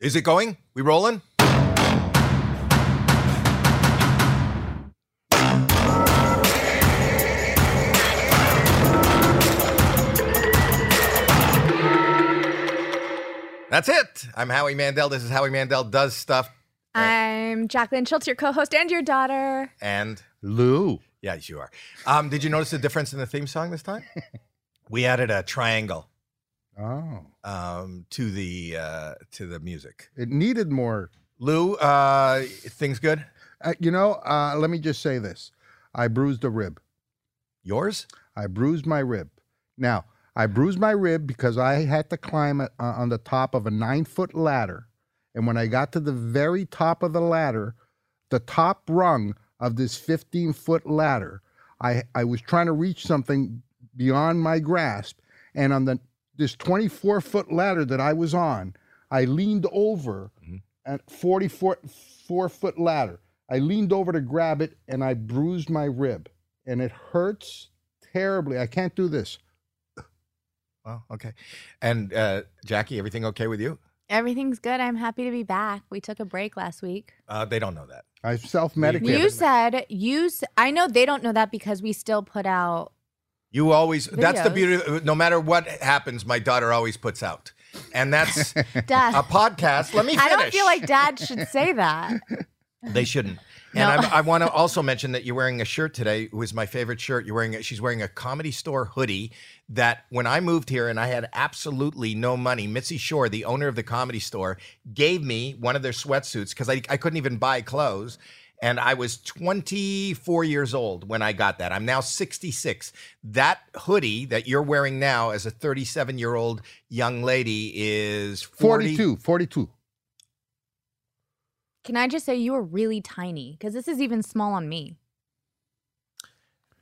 Is it going? We rolling? That's it. I'm Howie Mandel. This is Howie Mandel Does Stuff. I'm Jacqueline Schultz, your co-host and your daughter. And Lou. yes, you are. Um, did you notice the difference in the theme song this time? we added a triangle Oh, um, to the uh, to the music. it needed more. Lou, uh, things good? Uh, you know, uh, let me just say this: I bruised a rib. Yours? I bruised my rib. Now, I bruised my rib because I had to climb a, uh, on the top of a nine foot ladder. And when I got to the very top of the ladder, the top rung of this 15 foot ladder, I, I was trying to reach something beyond my grasp. And on the this 24 foot ladder that I was on, I leaned over at 44 four foot ladder. I leaned over to grab it and I bruised my rib. And it hurts terribly. I can't do this. Well, okay. And uh, Jackie, everything okay with you? Everything's good. I'm happy to be back. We took a break last week. Uh, they don't know that. I self medicate. You said you. s- I know they don't know that because we still put out. You always, that's the Videos. beauty. No matter what happens, my daughter always puts out. And that's a Dad, podcast. Let me finish. I don't feel like Dad should say that. they shouldn't. No. And I'm, I want to also mention that you're wearing a shirt today, who is my favorite shirt. You're wearing. a- She's wearing a comedy store hoodie that when I moved here and I had absolutely no money, Mitzi Shore, the owner of the comedy store, gave me one of their sweatsuits because I, I couldn't even buy clothes. And I was 24 years old when I got that. I'm now 66. That hoodie that you're wearing now as a 37 year old young lady is 40, 42, 42. Can I just say you were really tiny? Because this is even small on me.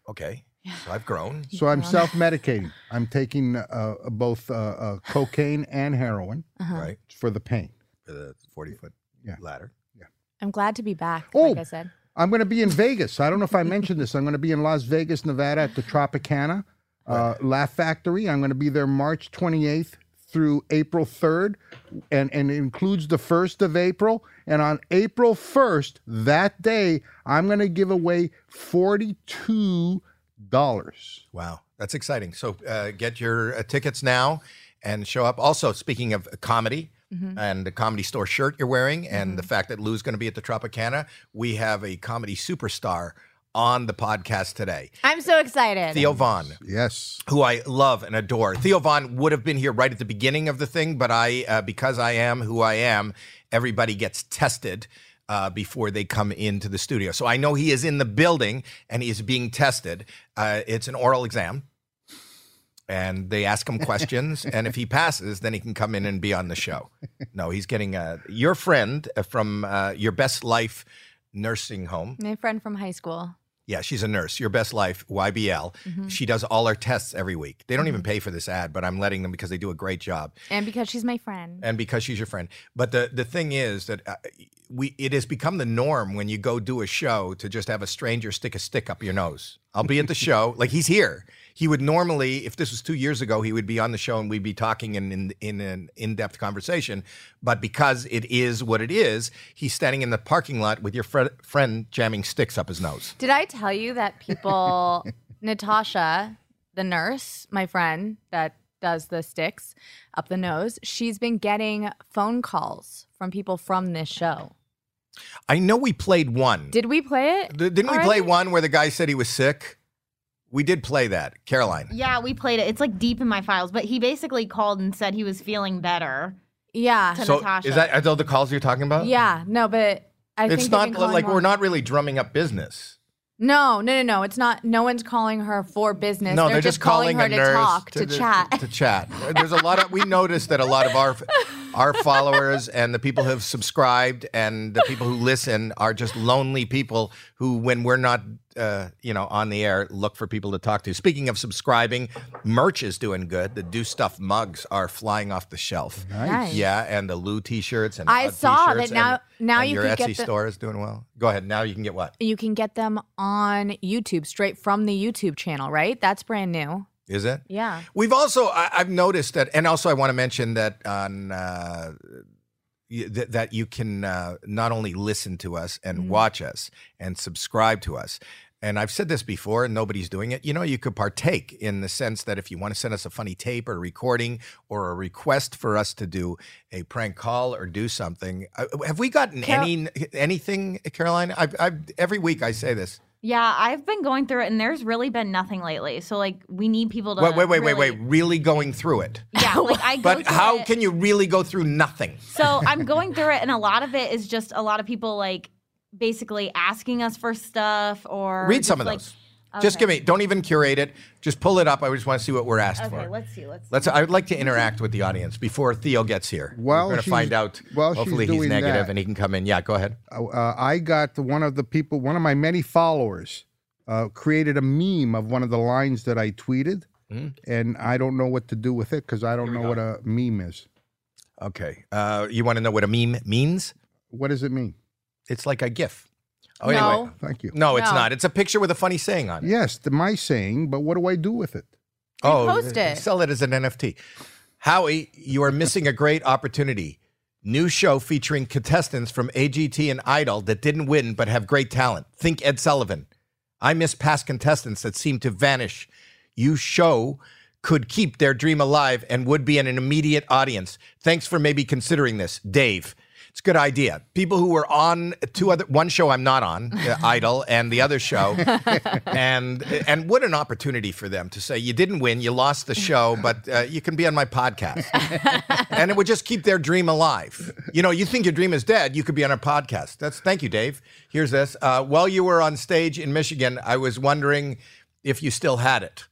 Okay. So I've grown. So I'm Yeah. self medicating. I'm taking uh, both uh, uh, cocaine and heroin Uh-huh. Right. for the pain. for the 40 foot Yeah. ladder. I'm glad to be back. Oh. Like I said, I'm going to be in Vegas. I don't know if I mentioned this. I'm going to be in Las Vegas, Nevada at the Tropicana uh, Laugh Factory. I'm going to be there March 28th through April 3rd, and, and it includes the 1st of April. And on April 1st, that day, I'm going to give away $42. Wow, that's exciting. So uh, get your uh, tickets now and show up. Also, speaking of comedy Mm-hmm. and the comedy store shirt you're wearing, and the fact that Lou's going to be at the Tropicana, we have a comedy superstar on the podcast today, I'm so excited. Theo Vaughn. Yes. Who I love and adore. Theo Vaughn would have been here right at the beginning of the thing, but I, uh, because I am who I am, everybody gets tested uh, before they come into the studio. So I know he is in the building and he is being tested. Uh, it's an oral exam, and they ask him questions, and if he passes, then he can come in and be on the show. No, he's getting uh, your friend from uh, your best life nursing home. My friend from high school. Mm-hmm. Yeah, she's a nurse. Your best life, YBL. Mm-hmm. She does all our tests every week. They don't even pay for this ad, but I'm letting them because they do a great job And because she's my friend. and because she's your friend. But the the thing is that uh, we it has become the norm when you go do a show to just have a stranger stick a stick up your nose. I'll be at the show, like he's here. He would normally, if this was two years ago, he would be on the show and we'd be talking in in, in an in depth conversation. But because it is what it is, he's standing in the parking lot with your fri friend jamming sticks up his nose. Did I tell you that people, Natasha, the nurse, my friend that does the sticks up the nose, she's been getting phone calls from people from this show. I know we played one. Did we play it? D- didn't we play already? one where the guy said he was sick? We did play that, Caroline. Yeah, we played it. It's like deep in my files, but he basically called and said he was feeling better. Yeah. To so Natasha. is that are those the calls you're talking about? Yeah. No, but I think it's they've not been li- calling like more- we're not really drumming up business. No, no, no, no. It's not. No one's calling her for business. no, they're, just calling, a her to nurse talk, to, the- chat. To chat. There's a lot of we noticed that a lot of our our followers and the people who have subscribed and the people who listen are just lonely people who, when we're not, uh, you know, on the air, look for people to talk to. Speaking of subscribing, merch is doing good. The Do Stuff mugs are flying off the shelf. Nice. Yeah, and the Lou T-shirts and I Odd saw that t-shirts now- and- now and you your could Etsy get the- store is doing well. Go ahead. Now you can get what you can get them on YouTube straight from the YouTube channel, right? That's brand new. is it? Yeah. We've also I, I've noticed that, and also I want to mention that on uh, you- that that you can uh, not only listen to us and Mhm. Mm-hmm. watch us and subscribe to us. And I've said this before, and nobody's doing it. You know, you could partake in the sense that if you want to send us a funny tape or a recording or a request for us to do a prank call or do something, uh, have we gotten Carol- any anything, Caroline? I've, I've every week I say this. Yeah, I've been going through it, and there's really been nothing lately. So like, we need people to Wait, wait, wait, really- wait, wait. Really going through it. Yeah, like I. Go But through how it- can you really go through nothing? So I'm going through it, and a lot of it is just a lot of people like basically asking us for stuff or Read just, some of like- those. Just Okay. give me. Don't even curate it. Just pull it up. I just want to see what we're asked Okay, for. let's see. Let's. Let's. I would like to interact with the audience before Theo gets here. While we're going to she's- find out. while she's hopefully, he's doing negative that- and he can come in. Yeah, go ahead. uh, I got the- one of the people, one of my many followers, uh, created a meme of one of the lines that I tweeted, Hmm? and I don't know what to do with it because I don't know what a meme is. Okay. Uh, you want to know what a meme means? What does it mean? It's like a GIF. Oh, No. anyway. Thank you. No, it's No. not. It's a picture with a funny saying on it. Yes, the, my saying, but what do I do with it? Oh, post uh, it. Sell it as an NFT. Howie, you are missing a great opportunity. New show featuring contestants from AGT and Idol that didn't win but have great talent. Think Ed Sullivan. I miss past contestants that seem to vanish. You show could keep their dream alive and would be in an immediate audience. Thanks for maybe considering this, Dave. It's a good idea. People who were on two other one show I'm not on, uh, Idol, and the other show, and and what an opportunity for them to say you didn't win, you lost the show, but uh, you can be on my podcast, and it would just keep their dream alive. You know, you think your dream is dead, you could be on a podcast. That's thank you, Dave. Here's this. Uh, while you were on stage in Michigan, I was wondering if you still had it.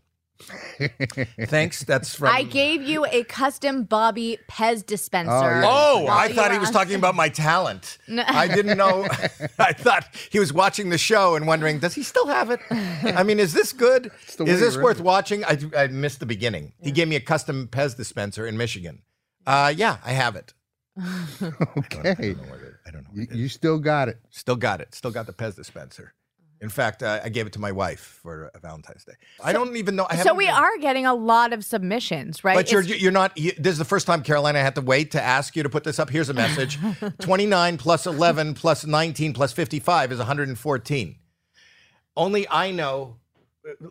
Thanks. That's from. I gave you a custom Bobby Pez dispenser. Oh, yeah. Oh, I you thought he were was on talking about my talent. I didn't know. I thought he was watching the show and wondering, does he still have it? I mean, is this good? the Is way this we're worth in. watching? I, I missed the beginning. He gave me a custom Pez dispenser in Michigan. Uh, yeah, I have it. Okay, I don't know. you, you still got it. Still got it. Still got the Pez dispenser. In fact, uh, I gave it to my wife for uh, Valentine's Day. I don't even know. I So haven't we been- are getting a lot of submissions, right? But you're It's- you're not. You, this is the first time, Carolina, I had to wait to ask you to put this up. Here's a message: twenty nine plus eleven plus nineteen plus fifty five is one hundred and fourteen. Only I know.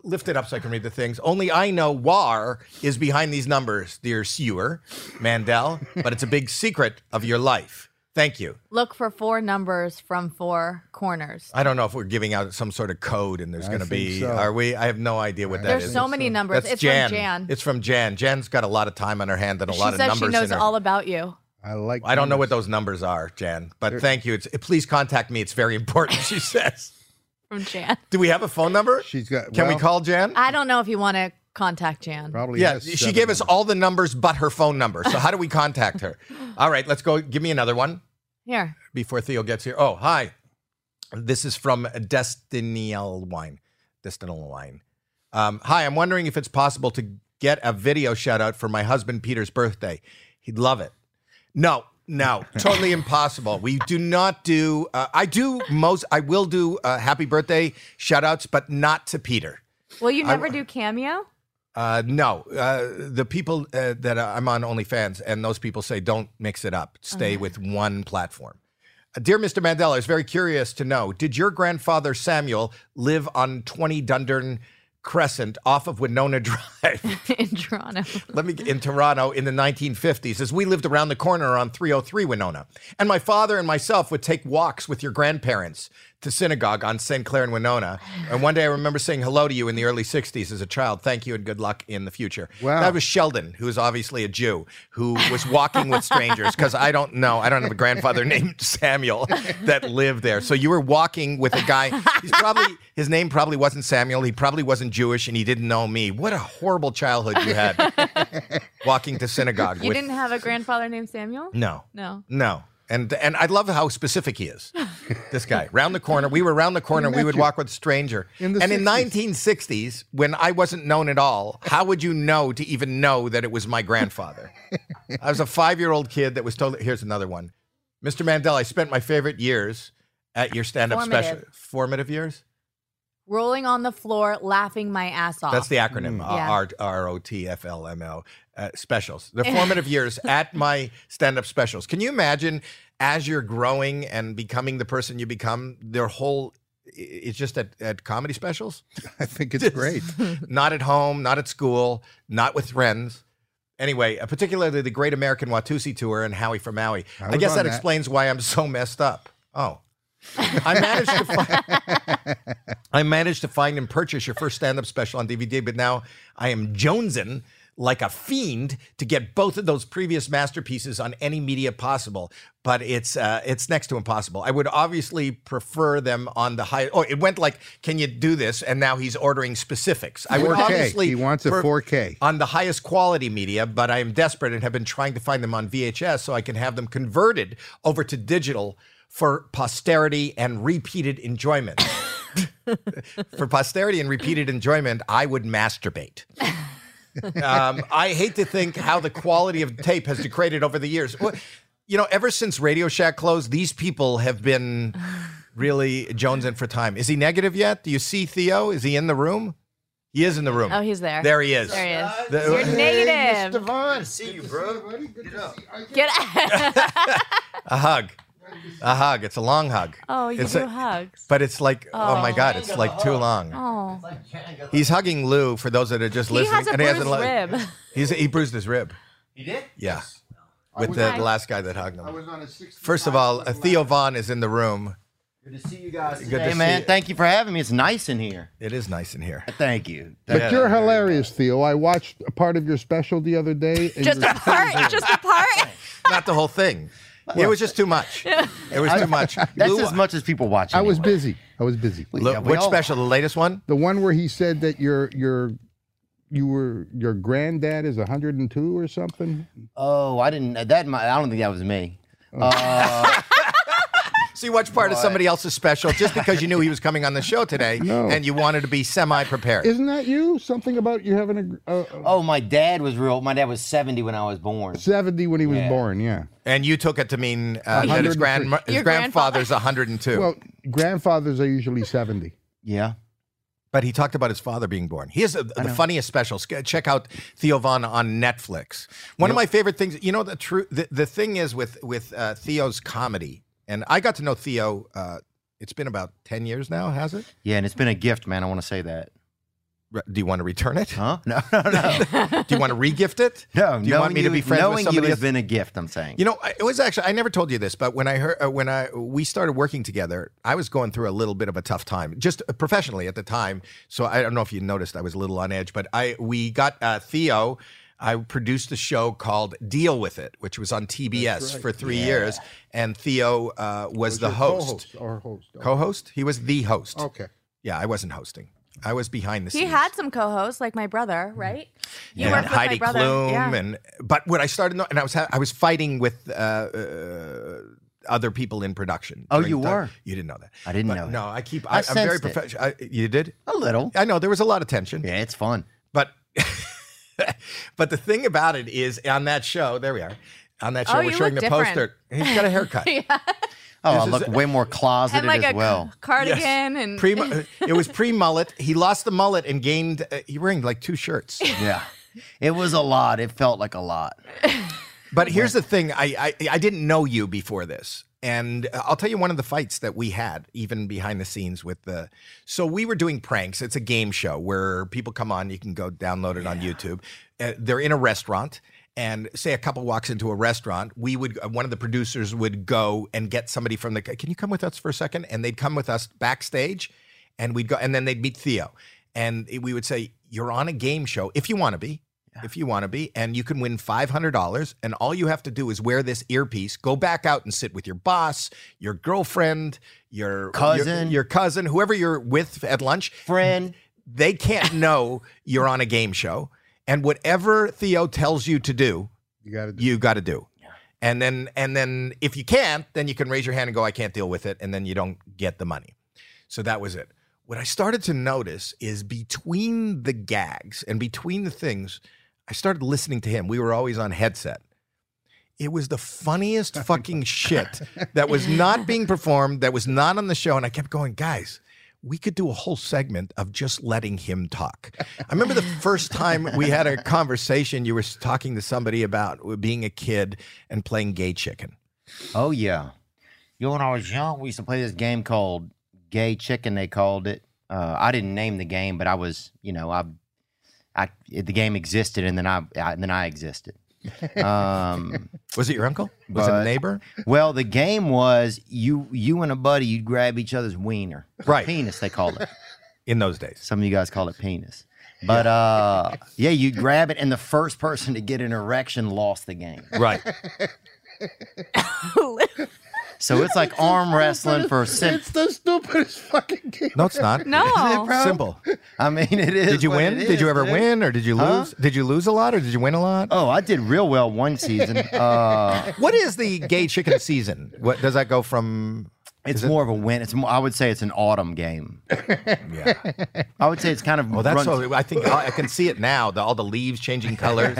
Lift it up so I can read the things. Only I know War is behind these numbers, dear Sewer Mandel. But it's a big secret of your life. Thank you. look for four numbers from four corners. I don't know if we're giving out some sort of code, and there's going to be. think so. Are we? I have no idea what that is. There's so many numbers. That's it's Jan. from Jan. It's from Jan. Jan's got a lot of time on her hand and a she lot of says numbers. she in knows her- all about you. I like. I don't know what those numbers are, Jan, but thank you. It's, eh, please contact me. It's very important, she says. From Jan. Do we have a phone number? She's got. Can we well, call Jan? I don't know if you want to contact Jan. Probably. yeah, has she seven gave us numbers. all the numbers but her phone number. So how do we contact her? All right, let's go. Give me another one Here. before Theo gets here. Oh, hi. This is from Destiniel Wine. Destiniel Wine. Um, hi, I'm wondering if it's possible to get a video shout out for my husband Peter's birthday. He'd love it. No, no, totally impossible. We do not do. Uh, I do most. I will do uh, happy birthday shout outs, but not to Peter. Will you never do cameo? Uh, no, uh, the people uh, that I'm on OnlyFans and those people say don't mix it up. Stay with one platform. Uh, Dear Mr. Mandela, I was very curious to know: Did your grandfather Samuel live on 20 Dundurn Crescent off of Winona Drive? in Toronto. Let me in Toronto in the 1950s, as we lived around the corner on 303 Winona, and my father and myself would take walks with your grandparents to synagogue on St. Clair and Winona. And one day, I remember saying hello to you in the early 60s as a child. Thank you and good luck in the future. Wow. That was Sheldon, who is obviously a Jew, who was walking with strangers because I don't know, I don't have a grandfather named Samuel that lived there. So you were walking with a guy. He's probably his name probably wasn't Samuel. He probably wasn't Jewish, and he didn't know me. What a horrible childhood you had walking to synagogue. You with, didn't have a grandfather named Samuel? No, No. no. And and I love how specific he is. This guy round the corner. We were round the corner. We would walk with a stranger. In the and in 60s. 1960s, when I wasn't known at all, how would you know to even know that it was my grandfather? I was a five-year-old kid that was told. Here's another one, Mr. Mandel. I spent my favorite years at your stand-up special. Formative. Formative years. rolling on the floor, laughing my ass off. That's the acronym Mm. Yeah. R R O T F L M O uh, specials. The formative years at my stand up specials. Can you imagine as you're growing and becoming the person you become, their whole i- it's just at, at comedy specials, I think it's great. not at home, not at school, not with friends. Anyway, uh, particularly the Great American Watusi Tour and Howie from Maui. I I, was guess on that, that. explains why I'm so messed up. Oh, I managed to find. I managed to find and purchase your first stand up special on DVD, but now I am jonesing like a fiend to get both of those previous masterpieces on any media possible. But it's uh, it's next to impossible. I would obviously prefer them on the high. Oh, it went like, can you do this? And now he's ordering specifics. I would 4K. obviously He wants a pre- 4K. on the highest quality media, but I am desperate and have been trying to find them on VHS so I can have them converted over to digital for posterity and repeated enjoyment. for posterity and repeated enjoyment, I would masturbate. um, I hate to think how the quality of tape has degraded over the years. Well, You know, ever since Radio Shack closed, these people have been really jonesing for time. Is he negative yet? Do you see Theo? Is he in the room? He is in the room. oh, he's there. There he is. There he is. The- You're Hey, negative. Devon. see you, bro. Get out. A hug. A hug. It's a long hug. oh, you It's do a- hugs. But it's like, oh, my God, it's like too long. oh, He's hugging Lou for those that are just he listening. has a bruised lo- rib. He's, he bruised his rib. He did? Yeah. With was the, on- the last guy that hugged him. on a First of all, uh, Theo Vaughn is in the room. Good to see you guys. Good to today, see man. you. Thank you for having me. It's nice in here. It is nice in here. Thank you. But Thank- you're hilarious, Theo. I watched a part of your special the other day. And Just you're- a part. Just a part. Not the whole thing. It was just too much. It was too much. That's Lou, as much as people watch. I was anyway. busy. I was busy. Lou- Yeah, we which all- special? The latest one? The one where he said that your your you were your granddad is 102 or something. Oh, I didn't. That might, I don't think that was me. Uh, So you watch part of somebody else's special just because you knew he was coming on the show today No. and you wanted to be semi prepared. Isn't that you? Something about you having a, a- a oh, my dad was real. My dad was seventy when I was born. 70 when he was Yeah. born. Yeah. And you took it to mean uh, that his, 103. grand, his Your grandfather's 102. Well, grandfathers are usually 70. Yeah. but he talked about his father being born. He has a, the funniest specials. Ch- Check out Theo Vaughn on Netflix. One of my favorite things, you know, the true the, the thing is with with uh, Theo's comedy, and I got to know Theo. Uh, it's been about ten years now, has it? Yeah, and it's been a gift, man. I want to say that. Re- Do you want to return it? Huh? No, no, Uh, no. Do you want to regift it? No, Do you want knowing me to be friends knowing with somebody you else? has been a gift, I'm saying. You know, I- it was actually I never told you this, but when I heard uh, when I we started working together, I was going through a little bit of a tough time, just uh, professionally at the time. So I don't know if you noticed, I was a little on edge, but I we got uh, Theo. I produced a show called Deal with It, which was on TBS for three years, and Theo uh, was, the Your host, co-host Oh. or host. co-host. He was the host. okay. Yeah, I wasn't hosting. I was behind the He scenes. had some co-hosts, like my brother, right? You and worked with Mm. Heidi my brother. Klum yeah. and but when I started no- and I was ha- I was fighting with uh, uh, other people in production. Oh, during you the- were? You didn't know that. I didn't But know that. No, I keep. I I, I am very sensed it. professional. You did. a little. I know there was a lot of tension, Yeah, it's fun. but but the thing about it is on that show. There we are. On that show, Oh, we're you showing the look different. poster. He's got a haircut. Oh, I is- look way more closeted And like as a well. cardigan Yes. and Pre, it was pre mullet. He lost the mullet and gained. Uh, he wearing like two shirts. yeah. It was a lot. It felt like a lot. But here's the thing: I, I I didn't know you before this, and uh, I'll tell you one of the fights that we had, even behind the scenes with the. So we were doing pranks. It's a game show where people come on. You can go download it on YouTube. Uh, they're in a restaurant. And say a couple walks into a restaurant, we would uh, one of the producers would go and get somebody from the. Can you come with us for a second? And they'd come with us backstage, and we'd go, and then they'd meet Theo, and we would say, "You're on a game show if you want to be, if you want to be, and you can win $500. And all you have to do is wear this earpiece, go back out and sit with your boss, your girlfriend, your Cousin. your, your cousin, whoever you're with at lunch. Friend. They can't know you're on a game show. And whatever Theo tells you to do, You got to do you got to do. And then and then if you can't, then you can raise your hand and go, I can't deal with it, and then you don't get the money. So that was it. What I started to notice is between the gags and between the things, I started listening to him. We were always on headset. It was the funniest fucking shit that was not being performed, that was not on the show. And I kept going, guys, we could do a whole segment of just letting him talk. I remember the first time we had a conversation, you were talking to somebody about being a kid and playing gay chicken. Oh yeah. You know, when I was young, we used to play this game called Gay Chicken. They called it. Uh, I didn't name the game, but I was, you know, I, I the game existed, and then I, I and then I existed. Um, Was it your uncle? Was it a But- neighbor? well, the game was you, you and a buddy, you'd grab each other's wiener, Or Right. Penis, they called it. In those days. Some of you guys call it penis. But uh, yeah, you grab it, and the first person to get an erection lost the game. Right. So it's like arm wrestling for sim- It's the stupidest fucking game. No, it's not. No. Simple. I mean, it is. Did you what win? it Did you is, ever dude. win or did you Huh? lose? Did you lose a lot or did you win a lot? Oh, I did real well one season. Uh, What is the gay chicken season? What does that go from? it's Is it- more of a win. It's more, I would say it's an autumn game. Yeah. I would say it's kind of. Well, that's runs- so. I think I I can see it now. The, all the leaves changing colors,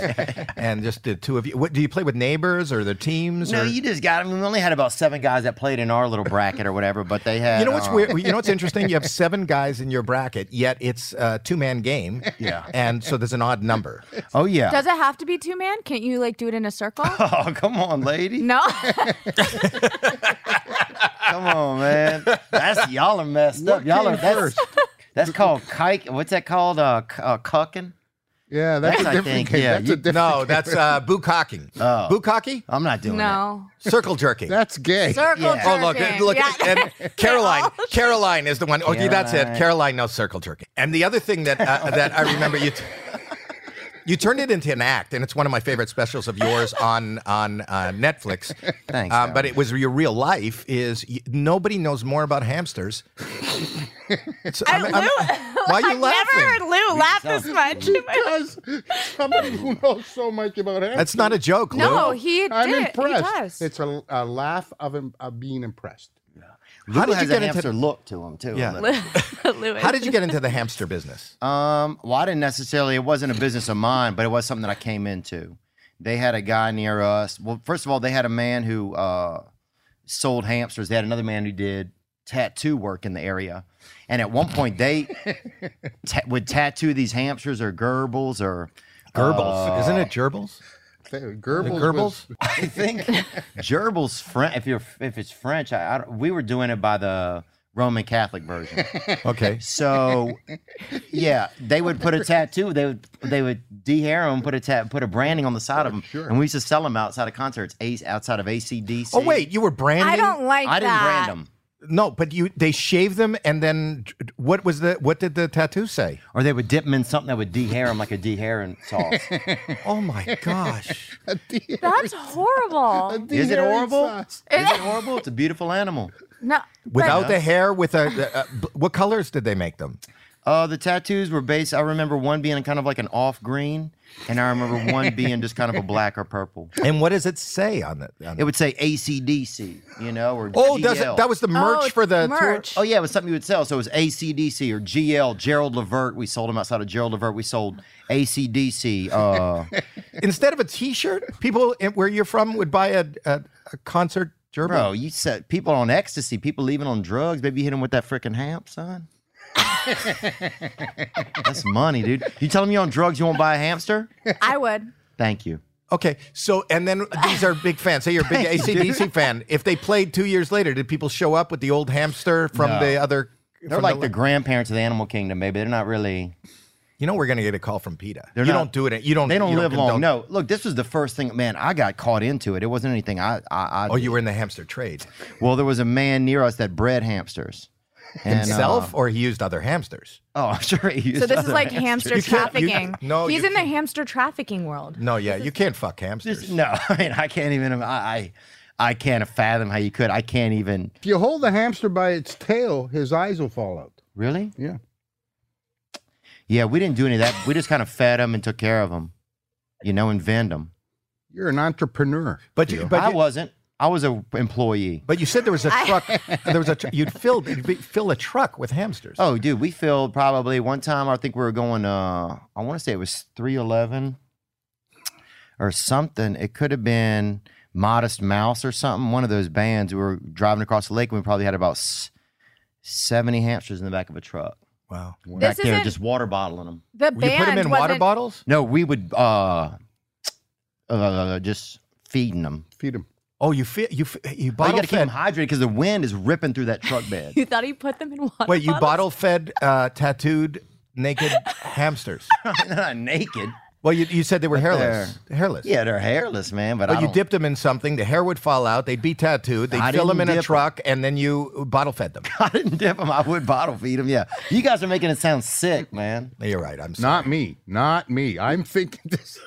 and just the two of you. What do you play with neighbors or the teams? No, or- you just got. I mean, we only had about seven guys that played in our little bracket or whatever, but they had. You know what's uh, weird? You know what's interesting? You have seven guys in your bracket, yet it's a two-man game. Yeah. and so there's an odd number. Oh yeah. Does it have to be two man? Can't you like do it in a circle? oh come on, lady. no. Come on, man. That's y'all are messed What up. Y'all came are that's, that's called kike. What's that called? Uh, c- uh cucking. Yeah, that's, That's, I a different think, game. yeah, that's you- a different No, that's uh, bukkake. Oh. Bukkake, I'm not doing that. no. circle jerking. That's gay. Circle Yeah. Oh look! jerking. Look! Yeah. And Caroline, Caroline is the one. Oh, yeah, that's it. Caroline. Caroline knows circle jerking. And the other thing that uh, that I remember you. T- You turned it into an act, and it's one of my favorite specials of yours on on uh, Netflix. Thanks, Um, but Howard. it was your real life. Is y- nobody knows more about hamsters? It's- I, I'm- Lou, I'm- why are you I've laughing? never heard Lou laugh sound- this much. because somebody who knows so much about it. That's not a joke, Lou. No, he did. I'm it. impressed. He does. It's a, a laugh of, im- of being impressed. did How did you has get a into- hamster look to him too? a Yeah. little. Lou is. How did you get into the hamster business? Um, well, I didn't necessarily. It wasn't a business of mine, but it was something that I came into. They had a guy near us. Well, first of all, they had a man who uh, sold hamsters. They had another man who did tattoo work in the area, and at one point they ta- would tattoo these hamsters or gerbils or Gerbils, isn't it gerbils? They- Goebbels was- Gerbils. I think gerbils French. If you're if it's French, I, I don't- we were doing it by the Roman Catholic version. Okay. So, yeah, they would put a tattoo. They would they would dehair them, put a tat, put a branding on the side of them, Sure. and we used to sell them outside of concerts, ace outside of ACDC. Oh wait, you were branding. I don't like I didn't that. brand them, No, but you they shaved them and then what was the what did the tattoo say? or they would dip them in something that would dehair them like a dehairing sauce. Oh my gosh. a de- That's a horrible. Is it deherring horrible? Is sauce. it horrible? It's a beautiful animal. No. Without the hair with a, a, a- b- what colors did they make them? Uh, the tattoos were based. I remember one being kind of like an off green, and I remember one being just kind of a black or purple. And what does it say on it? on It would say ACDC, you know, or Oh, does it, GL. that was the merch Oh, for the tour? merch. Oh yeah, it was something you would sell. So it was ACDC or GL, Gerald Levert. We sold them outside of Gerald Levert. We sold ACDC. Uh, Oh, Instead of a T-shirt, people in, where you're from would buy a a, a concert gerbil. bro, you said people on ecstasy, people leaving on drugs. Baby, you hit them with that freaking hamp, son. That's money, dude. You telling me you're on drugs, you won't buy a hamster? I would. Thank you. Okay, so and then these are big fans. Say you're a big ACDC fan. If they played two years later, did people show up with the old hamster from No. the other? They're from like the grandparents of the animal kingdom, baby. They're not really. You know we're gonna get a call from PETA. They're you don't not- do it. You don't. They don't you live long. condone- No, look, this was the first thing. Man, I got caught into it. It wasn't anything. I, I, I Oh, you were in the hamster trade Well, there was a man near us that bred hamsters. And, uh, himself, or he used other hamsters. oh, I'm sure. He used So this is other like hamsters. hamster You can't- you- trafficking. no, he's you in the hamster trafficking world. No, yeah, you can't fuck Just- hamsters. no, I mean I can't even. I, I I can't fathom how you could. I can't even. If you hold the hamster by its tail, his eyes will fall out. Really? Yeah. Yeah, we didn't do any of that. We just kind of fed them and took care of them, you know, and vend them. You're an entrepreneur. But you, but I you, wasn't. I was a employee. but you said there was a truck. there was a tr- you'd filled you'd be- fill a truck with hamsters. Oh, dude, we filled probably one time. I think we were going. Uh, I want to say it was three eleven or something. It could have been Modest Mouse or something. One of those bands. We were driving across the lake. and We probably had about s- 70 hamsters in the back of a truck. Wow. back This there, isn't- just water bottling them. The You band put them in water wasn't- bottles? No, we would uh, uh just feeding them. Feed them. Oh, you fe- you fe- you But you bottle got to keep them fed. hydrated because the wind is ripping through that truck bed. You thought he put them in water Wait, you bottles? bottle fed uh, tattooed naked hamsters? They're not naked. Well, you, you said they were hairless. Hairless. Yeah, they're hairless, man. But I But you don't- dipped them in something. The hair would fall out. They'd be tattooed. They'd I fill them in didn't a dip 'em. truck, and then you bottle fed them. I didn't dip them. I would bottle feed them. Yeah, you guys are making it sound sick, man. You're right. I'm sorry. Not me. Not me. I'm thinking this.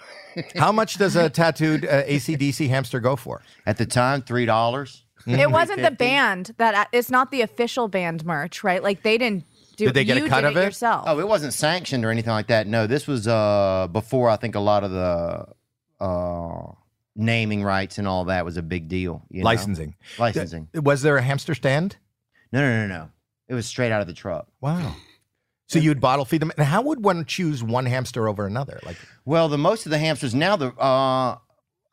How much does a tattooed uh, ACDC hamster go for? At the time, three dollars. It wasn't the band that uh, it's not the official band merch, right? Like they didn't do. Did they get a you cut did of it, it? yourself? Oh, it wasn't sanctioned or anything like that. No, this was uh before I think a lot of the uh naming rights and all that was a big deal. you know? Licensing. Uh, licensing. Was there a hamster stand? No, no, no, no. It was straight out of the truck. Wow. So you'd bottle feed them. And how would one choose one hamster over another? Like, Well, the most of the hamsters now, the uh,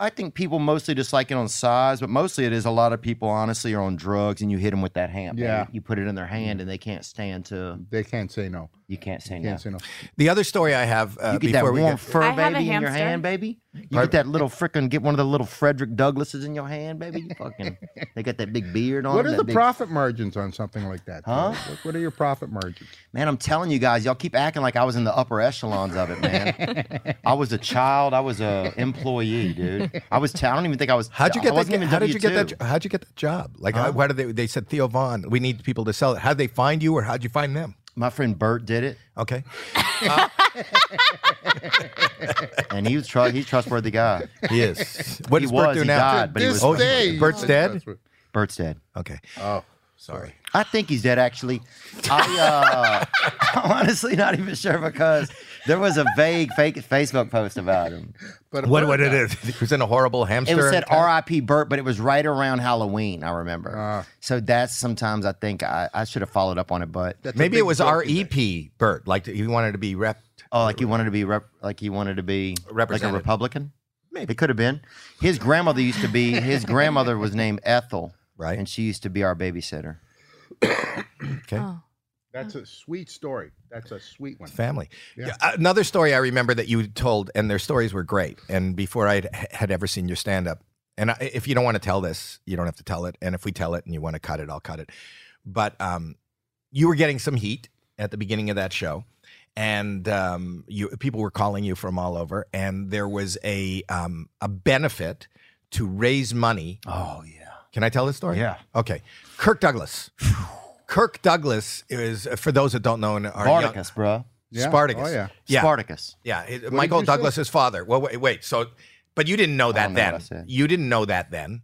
I think people mostly just like it on size, but mostly it is a lot of people honestly are on drugs, and you hit them with that hamster. Yeah. you put it in their hand, and they can't stand to. They can't say no. You can't say Can't no. say no. the other story I have uh, you get that before warm we get. I fur have a baby in your hamster. hand, baby. You Pardon? get that little frickin' get one of the little Frederick Douglasses in your hand, baby. You fucking they got that big beard on. What them, are that the big- profit margins on something like that? Huh? Joe? What- What are your profit margins? Man, I'm telling you guys, y'all keep acting like I was in the upper echelons of it, man. I was a child. I was a employee, dude. I was. T- I don't even think I was. How'd you I get that? wasn't even Uh-huh. How did you get that? W2. jo- How'd you get that job? Like, how- why did they? They said Theo Vaughn. We need people to sell it. How'd they find you, or how'd you find them? My friend Bert did it, Okay. and he was tru- he's a trustworthy guy. Yes. What He does Bert was, do he now? died, but he This was fucking- day, Bert's you- dead? That's what- Bert's dead. Okay. Oh, Sorry. I think he's dead actually. I uh, I'm honestly not even sure because there was a vague fake Facebook post about him. but What? What it is? He was in a horrible hamster. It was said attack? R.I.P. Bert, but it was right around Halloween. I remember. so that's sometimes I think I, I should have followed up on it, but That's a Maybe big it was joke, R isn't E it? P Bert. Like he wanted to be rep. oh, like he wanted to be rep, like he wanted to be like a Represented. Republican. Maybe it could have been. His grandmother used to be. His grandmother was named Ethel, Right. and she used to be our babysitter. Okay. Oh. That's a sweet story. That's a sweet one. Family. Yeah. Yeah, Another story I remember that you told, and their stories were great. And before I had ever seen your stand up, and I, if you don't want to tell this, you don't have to tell it. And if we tell it and you want to cut it, I'll cut it. But um, you were getting some heat at the beginning of that show, and um, you people were calling you from all over, and there was a um, a benefit to raise money. Oh yeah. Can I tell this story? Yeah. Okay. Kirk Douglas. Kirk Douglas is, for those that don't know, and are young- Spartacus, bruh. Yeah. Spartacus. Oh, yeah. Yeah. Spartacus. Yeah, it- did Michael you say? Douglas's father. Well, wait, wait. So, but you didn't know that don't know what I then. said. You didn't know that then.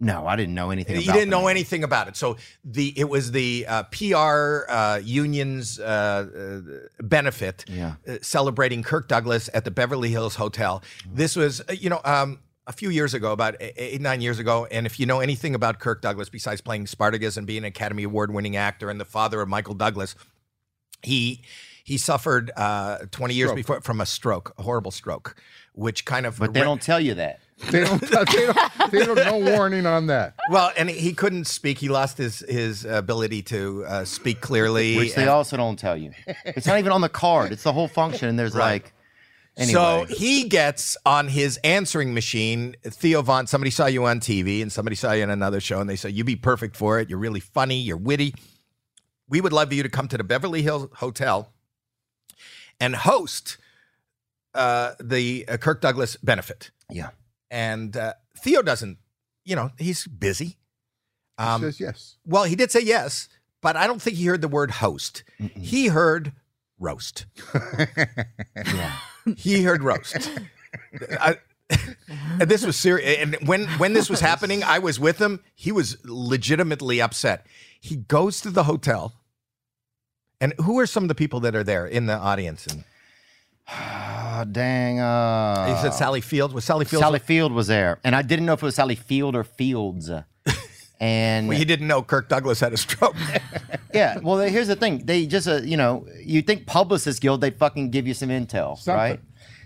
No, I didn't know anything. You about didn't them. know anything about it. So the it was the uh, PR uh, union's uh, uh, benefit Yeah. uh, celebrating Kirk Douglas at the Beverly Hills Hotel. This was, uh, you know, um, a few years ago, about eight, eight, nine years ago. And if you know anything about Kirk Douglas, besides playing Spartacus and being an Academy Award winning actor and the father of Michael Douglas, he he suffered uh, 20 years Stroke. before from a stroke, a horrible stroke, which kind of But they don't tell you that. They don't, they don't, they don't no warning on that. well, and he couldn't speak. He lost his his ability to uh, speak clearly. Which they And- also don't tell you. It's not even on the card. It's the whole function. And there's Right. like, anyway. So he gets on his answering machine. Theo Vaughn, somebody saw you on TV and somebody saw you on another show, and they said, You'd be perfect for it. You're really funny. You're witty. We would love you to come to the Beverly Hills Hotel and host uh, the uh, Kirk Douglas benefit. yeah. And uh, Theo doesn't, you know, he's busy. He Um, says yes. well, he did say yes, but I don't think he heard the word host. He heard roast. He heard roast. I- and this was serious. And when when this was happening, I was with him. He was legitimately upset. He goes to the hotel. And who are some of the people that are there in the audience? And Ah, dang. Uh, he said Sally Fields. Was Sally Fields? Sally Field was there. And I didn't know if it was Sally Field or Fields. And Well, he didn't know Kirk Douglas had a stroke. yeah, well, here's the thing. They just, uh, you know, you think Publicist Guild, they fucking give you some intel, Something. right?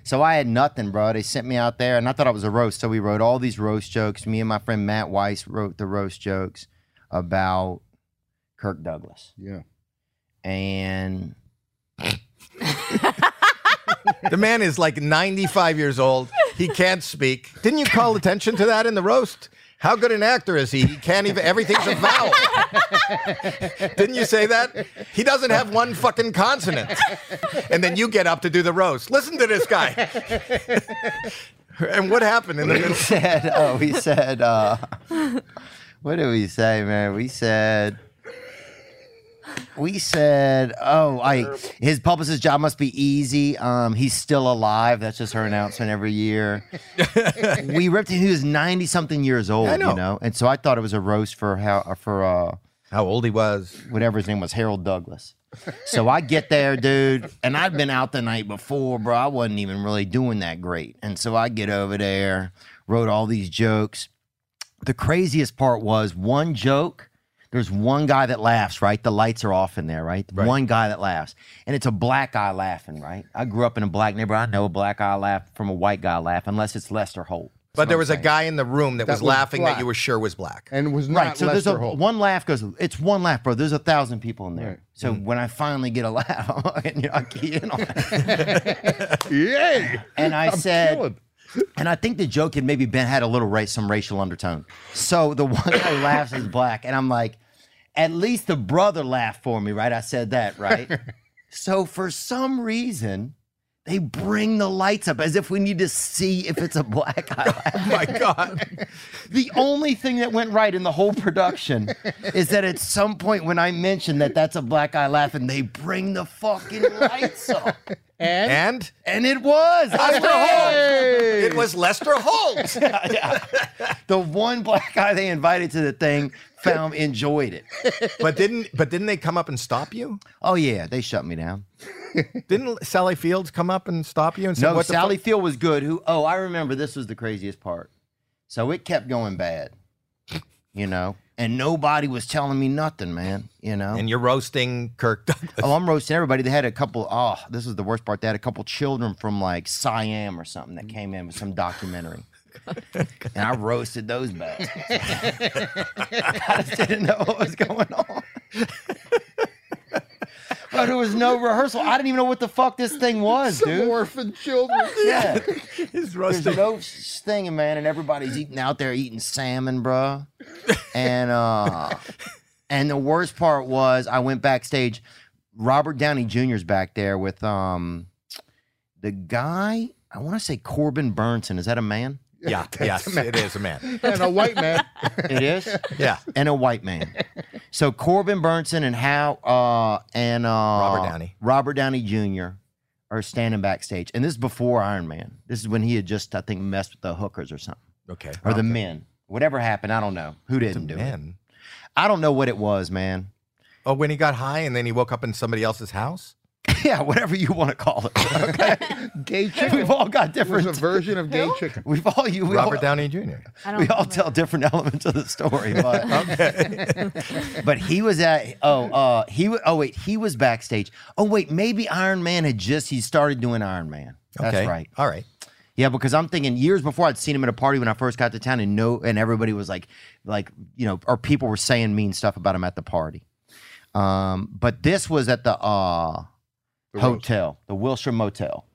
So I had nothing, bro. They sent me out there, and I thought it was a roast. So we wrote all these roast jokes. Me and my friend Matt Weiss wrote the roast jokes about Kirk Douglas. Yeah. And The man is like 95 years old. He can't speak. Didn't you call attention to that in the roast? How good an actor is he? He can't even, everything's a vowel. Didn't you say that? He doesn't have one fucking consonant. And then you get up to do the roast. Listen to this guy. and what happened in the he middle? said, oh, we said, uh, what did we say, man? We said, we said, oh, I, his publicist job must be easy. Um, he's still alive. That's just her announcement every year. we ripped him. He was 90 something years old, I know. you know? And so I thought it was a roast for how, for, uh, How old he was. whatever his name was, Harold Douglas. So I get there, dude, and I'd been out the night before, bro. I wasn't even really doing that great. And so I get over there, wrote all these jokes. The craziest part was one joke. There's one guy that laughs, right? The lights are off in there, right? One guy that laughs. And it's a black guy laughing, right? I grew up in a black neighborhood. I know a black guy laugh from a white guy laugh, unless it's Lester Holt. That's But there what was I'm a saying. guy in the room that, That was, was laughing black. that you were sure was black. And it was not Right. So there's Lester a Holt. one laugh goes. It's one laugh, bro. There's a thousand people in there. Right. Mm-hmm. So when I finally get a laugh, and, you know, I key in on it. Yay! and I I'm said, killing. and I think the joke had maybe been had a little race, some racial undertone. So the one guy laughs is black, and I'm like, at least the brother laughed for me, right? I said that, right? so for some reason. They bring the lights up as if we need to see if it's a black guy. laugh. Oh my God. The only thing that went right in the whole production is that at some point when I mention that that's a black guy laughing, they bring the fucking lights up. And And it was. I Lester Holt. Hey! It was Lester Holt. the one black guy they invited to the thing found enjoyed it. But didn't but didn't they come up and stop you? Oh yeah, they shut me down. Didn't Sally Fields come up and stop you and say, No, "What the Sally fuck? Field was good. Who? Oh, I remember. This was the craziest part. So it kept going bad, you know, and nobody was telling me nothing, man. You know, And you're roasting Kirk Douglas. Oh, I'm roasting everybody. They had a couple. Oh, this is the worst part. They had a couple children from like Siam or something that came in with some documentary, and I roasted those bastards. I just didn't know what was going on. but there was no rehearsal. I didn't even know what the fuck this thing was, Some dude. orphan children. Yeah, He's there's roasting. no thing, man, and everybody's eating out there eating salmon, bruh. And uh, and the worst part was I went backstage. Robert Downey Jr.'s back there with um the guy. I want to say Corbin Burnson. Is that a man? yeah, yes, it is a man. and a white man. It is. Yeah, and a white man. So Corbin Burnson and how uh and uh Robert Downey. Robert Downey Jr. are standing backstage. And this is before Iron Man. This is when he had just, I think, messed with the hookers or something. okay. Or the men. Whatever happened, I don't know. Who didn't do it? man. I don't know what it was, man. Oh, when he got high and then he woke up in somebody else's house. yeah, whatever you want to call it. Okay. Gay chicken We've all got was a different version of gay chicken. We've all you we Robert all, Downey Jr. I don't we all remember. tell different elements of the story, but but he was at oh uh he wa- oh wait he was backstage. Oh wait, maybe Iron Man had just he started doing Iron Man. That's okay. right. All right. Yeah, because I'm thinking years before I'd seen him at a party when I first got to town, and no, and everybody was like, like you know, or people were saying mean stuff about him at the party. Um, but this was at the uh hotel, the Wilshire Motel.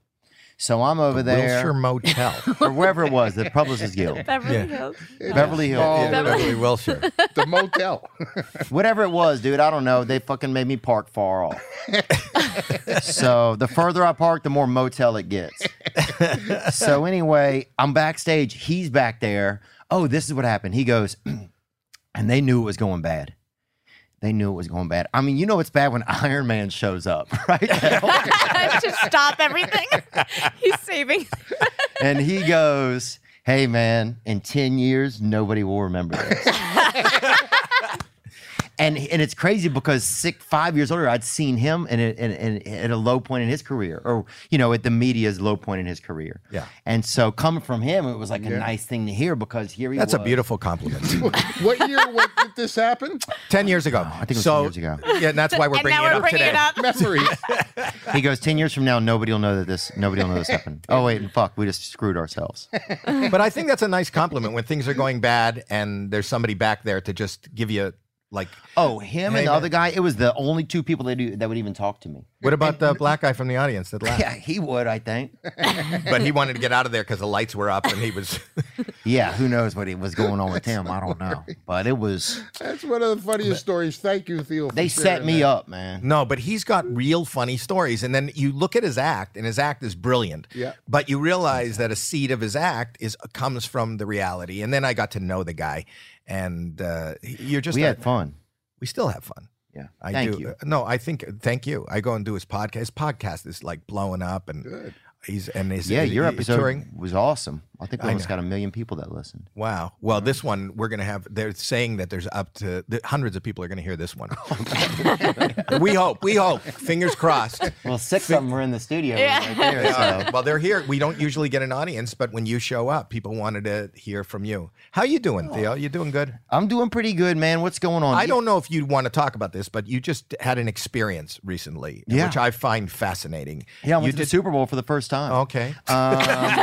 So I'm over there, Wilshire Motel. or wherever it was, the Publicist Guild, Beverly Yeah. Hills. Beverly Hills. Oh, yeah, Beverly Wilshire. the motel. Whatever it was, dude, I don't know. They fucking made me park far off. so the further I park, the more motel it gets. so anyway, I'm backstage. He's back there. Oh, this is what happened. He goes, and they knew it was going bad. They knew it was going bad. I mean, you know it's bad when Iron Man shows up, right? to stop everything. He's saving. and he goes, Hey, man, in 10 years, nobody will remember this. and, and it's crazy because six, five years earlier, I'd seen him in, a, in, in, at a low point in his career, or, you know, at the media's low point in his career. Yeah. And so coming from him, it was like a nice thing to hear because here he That's a was. beautiful compliment. what year what, did this happen? ten years ago. I think it was so, 10 years Yeah, and that's why we're and bringing now it we're up bringing today. it up. Memories. He goes, 10 years from now, nobody will know that this, nobody will know this happened. Oh, wait, and fuck, we just screwed ourselves. But I think that's a nice compliment when things are going bad and there's somebody back there to just give you Like, Oh, him Hey, and the man. other guy. It was the only two people that do, that would even talk to me. what about the black guy from the audience that laughed? Yeah, he would. I think. But he wanted to get out of there because the lights were up and he was. Yeah, who knows what it was going on with him? I don't know, but it was. That's one of the funniest stories. Thank you, Theo. for They set sharing me that. up, man. No, but he's got real funny stories. And then you look at his act, and his act is brilliant. Yeah. But you realize that a seed of his act is comes from the reality. And then I got to know the guy, and uh, you're just We a- had fun. we still have fun. Yeah, I thank do. Uh, you. No, I think thank you. I go and do his podcast. His podcast is like blowing up, and Good. he's and he's Yeah, he- your he- episode touring. was awesome. I think we I almost know. got a million people that listened. Wow. Well, this one we're gonna have. They're saying that there's up to that hundreds of people are gonna hear this one. we hope. We hope. Fingers crossed. Well, six of them were in the studio right They there. are. Well, they're here. We don't usually get an audience, but when you show up, people wanted to hear from you. How you doing, Theo? You doing good? I'm doing pretty good, man. What's going on? I don't know if you want to talk about this, but you just had an experience recently, Yeah. which I find fascinating. Yeah, I went you to the Super Bowl for the first time. Okay. Um,